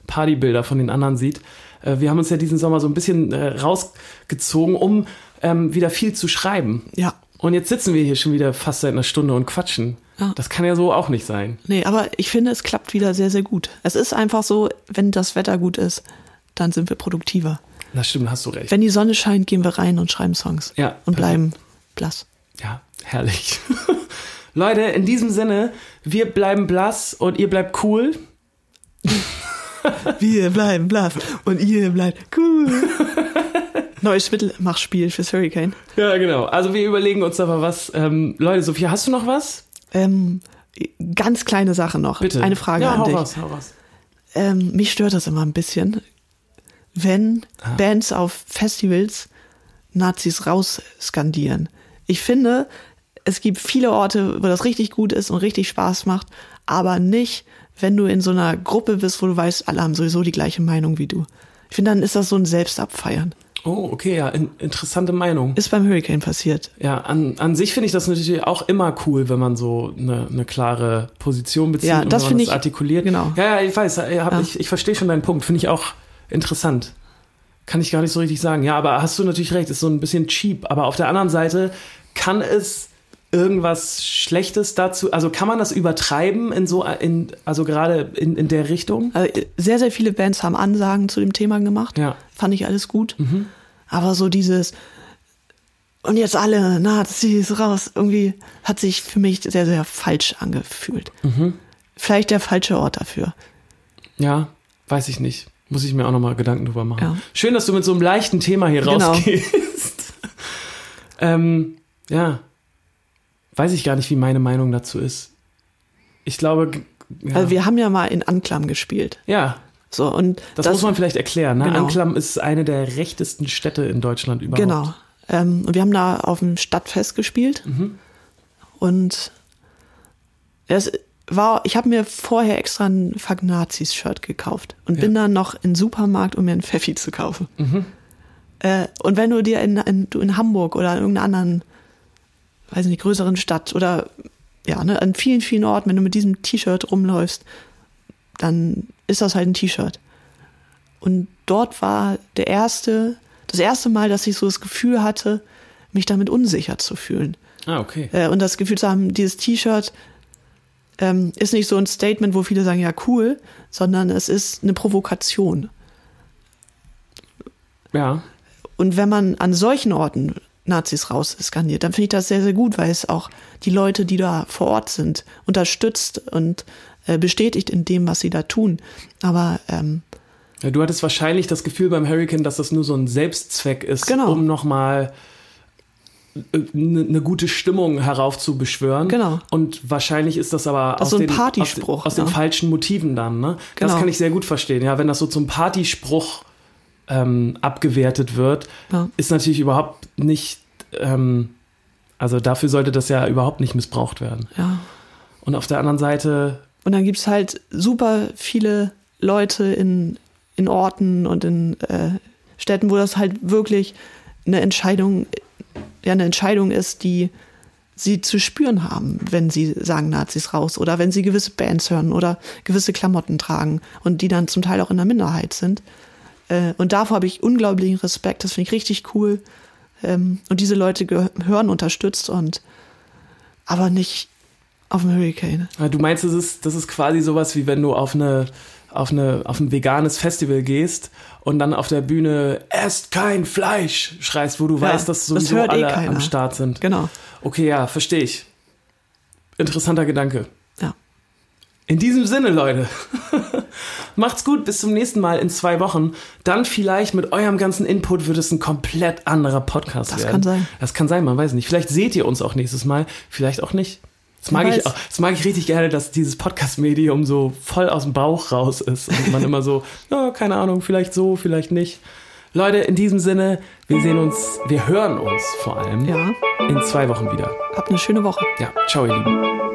S2: Instagram-Partybilder von den anderen sieht. Äh, wir haben uns ja diesen Sommer so ein bisschen äh, rausgezogen, um ähm, wieder viel zu schreiben.
S3: Ja.
S2: Und jetzt sitzen wir hier schon wieder fast seit einer Stunde und quatschen.
S3: Ja.
S2: Das kann ja so auch nicht sein.
S3: Nee, aber ich finde, es klappt wieder sehr, sehr gut. Es ist einfach so, wenn das Wetter gut ist, dann sind wir produktiver.
S2: Das stimmt, hast du recht.
S3: Wenn die Sonne scheint, gehen wir rein und schreiben Songs.
S2: Ja,
S3: Und
S2: perfekt.
S3: bleiben blass.
S2: Ja, herrlich. Leute, in diesem Sinne, wir bleiben blass und ihr bleibt cool.
S3: Wir bleiben blass und ihr bleibt cool. Neues Mittelmachspiel fürs Hurricane.
S2: Ja, genau. Also wir überlegen uns aber was. Ähm, Leute, Sophia, hast du noch was?
S3: Ähm, ganz kleine Sache noch.
S2: Bitte.
S3: Eine Frage
S2: ja,
S3: an
S2: hau
S3: dich.
S2: Raus, hau raus.
S3: Ähm, mich stört das immer ein bisschen, wenn Bands auf Festivals Nazis rausskandieren. Ich finde, es gibt viele Orte, wo das richtig gut ist und richtig Spaß macht, aber nicht, wenn du in so einer Gruppe bist, wo du weißt, alle haben sowieso die gleiche Meinung wie du. Ich finde, dann ist das so ein Selbstabfeiern.
S2: Oh, okay, ja, in, interessante Meinung.
S3: Ist beim Hurricane passiert.
S2: Ja, an, an sich finde ich das natürlich auch immer cool, wenn man so eine, eine klare Position bezieht
S3: Ja,
S2: und
S3: das
S2: wenn man
S3: finde
S2: das
S3: ich-
S2: artikuliert.
S3: genau.
S2: Ja, ja, ich weiß, ich, hab,
S3: Ja.
S2: ich, ich verstehe schon deinen Punkt, finde ich auch interessant. Kann ich gar nicht so richtig sagen. Ja, aber hast du natürlich recht, ist so ein bisschen cheap, aber auf der anderen Seite kann es irgendwas Schlechtes dazu, also kann man das übertreiben in so in also gerade in, in der Richtung?
S3: Also, äh, sehr, sehr viele Bands haben Ansagen zu dem Thema gemacht.
S2: Ja.
S3: Fand ich alles gut.
S2: Mhm.
S3: Aber so dieses, und jetzt alle Nazis raus, irgendwie hat sich für mich sehr, sehr falsch angefühlt.
S2: Mhm.
S3: Vielleicht der falsche Ort dafür.
S2: Ja, weiß ich nicht. Muss ich mir auch nochmal Gedanken drüber machen.
S3: Ja.
S2: Schön, dass du mit so einem leichten Thema hier
S3: Genau.
S2: rausgehst. ähm, ja. Weiß ich gar nicht, wie meine Meinung dazu ist. Ich glaube, g- ja.
S3: Also wir haben ja mal in Anklam gespielt.
S2: ja
S3: So, und
S2: das, muss man vielleicht erklären. Ne?
S3: Genau.
S2: Anklam ist eine der rechtesten Städte in Deutschland überhaupt.
S3: Genau. Ähm, und wir haben da auf dem Stadtfest gespielt. Und es war, ich habe mir vorher extra ein Fuck Nazis Shirt gekauft und bin dann noch in den Supermarkt, um mir einen Pfeffi zu kaufen. Äh, und wenn du dir in, in, du in Hamburg oder in irgendeiner anderen, weiß nicht, größeren Stadt oder ja, ne, an vielen, vielen Orten, wenn du mit diesem T-Shirt rumläufst, dann ist das halt ein T-Shirt. Und dort war der erste, das erste Mal, dass ich so das Gefühl hatte, mich damit unsicher zu fühlen.
S2: Ah, okay.
S3: Äh, und das Gefühl zu haben, dieses T-Shirt ähm, ist nicht so ein Statement, wo viele sagen, ja, cool, sondern es ist eine Provokation.
S2: Ja.
S3: Und wenn man an solchen Orten Nazis raus skandiert, dann finde ich das sehr, sehr gut, weil es auch die Leute, die da vor Ort sind, unterstützt und äh, bestätigt in dem, was sie da tun. Aber ähm,
S2: Ja, Du hattest wahrscheinlich das Gefühl beim Hurricane, dass das nur so ein Selbstzweck ist,
S3: Genau.
S2: um nochmal eine ne gute Stimmung heraufzubeschwören.
S3: Genau.
S2: Und wahrscheinlich ist das aber
S3: Das ist
S2: aus,
S3: so ein
S2: den,
S3: Partyspruch,
S2: aus, den, aus
S3: ne?
S2: den falschen Motiven dann. Ne? Das
S3: Genau.
S2: kann ich sehr gut verstehen. Ja, wenn das so zum Partyspruch ähm, abgewertet wird,
S3: Ja.
S2: ist natürlich überhaupt nicht. Ähm, also dafür sollte das ja überhaupt nicht missbraucht werden.
S3: ja.
S2: Und auf der anderen Seite,
S3: Und dann gibt's halt super viele Leute in, in Orten und in äh, Städten, wo das halt wirklich eine Entscheidung, ja, eine Entscheidung ist, die sie zu spüren haben, wenn sie sagen Nazis raus oder wenn sie gewisse Bands hören oder gewisse Klamotten tragen und die dann zum Teil auch in der Minderheit sind. Äh, und davor habe ich unglaublichen Respekt, das finde ich richtig cool. Ähm, und diese Leute gehören unterstützt und aber nicht auf dem Hurricane.
S2: äh, du meinst, das ist, das ist quasi sowas, wie wenn du auf eine auf, eine, auf ein veganes Festival gehst und dann auf der Bühne esst kein Fleisch schreist, wo du weißt, dass
S3: das
S2: sowieso
S3: hört eh
S2: alle
S3: keiner.
S2: am Start sind.
S3: Genau.
S2: Okay, ja, verstehe ich. Interessanter Gedanke.
S3: Ja.
S2: In diesem Sinne, Leute. Macht's gut, bis zum nächsten Mal in zwei Wochen. Dann vielleicht mit eurem ganzen Input wird es ein komplett anderer Podcast
S3: Das
S2: werden.
S3: kann sein.
S2: Das kann sein, man weiß nicht. Vielleicht seht ihr uns auch nächstes Mal, vielleicht auch nicht. Das
S3: Wer
S2: mag, ich,
S3: weiß.
S2: auch, das mag ich richtig gerne, dass dieses Podcast-Medium so voll aus dem Bauch raus ist und man immer so, ja, keine Ahnung, vielleicht so, vielleicht nicht. Leute, in diesem Sinne, wir sehen uns, wir hören uns vor allem
S3: Ja.
S2: in zwei Wochen wieder.
S3: Habt eine schöne Woche.
S2: Ja, ciao, ihr Lieben.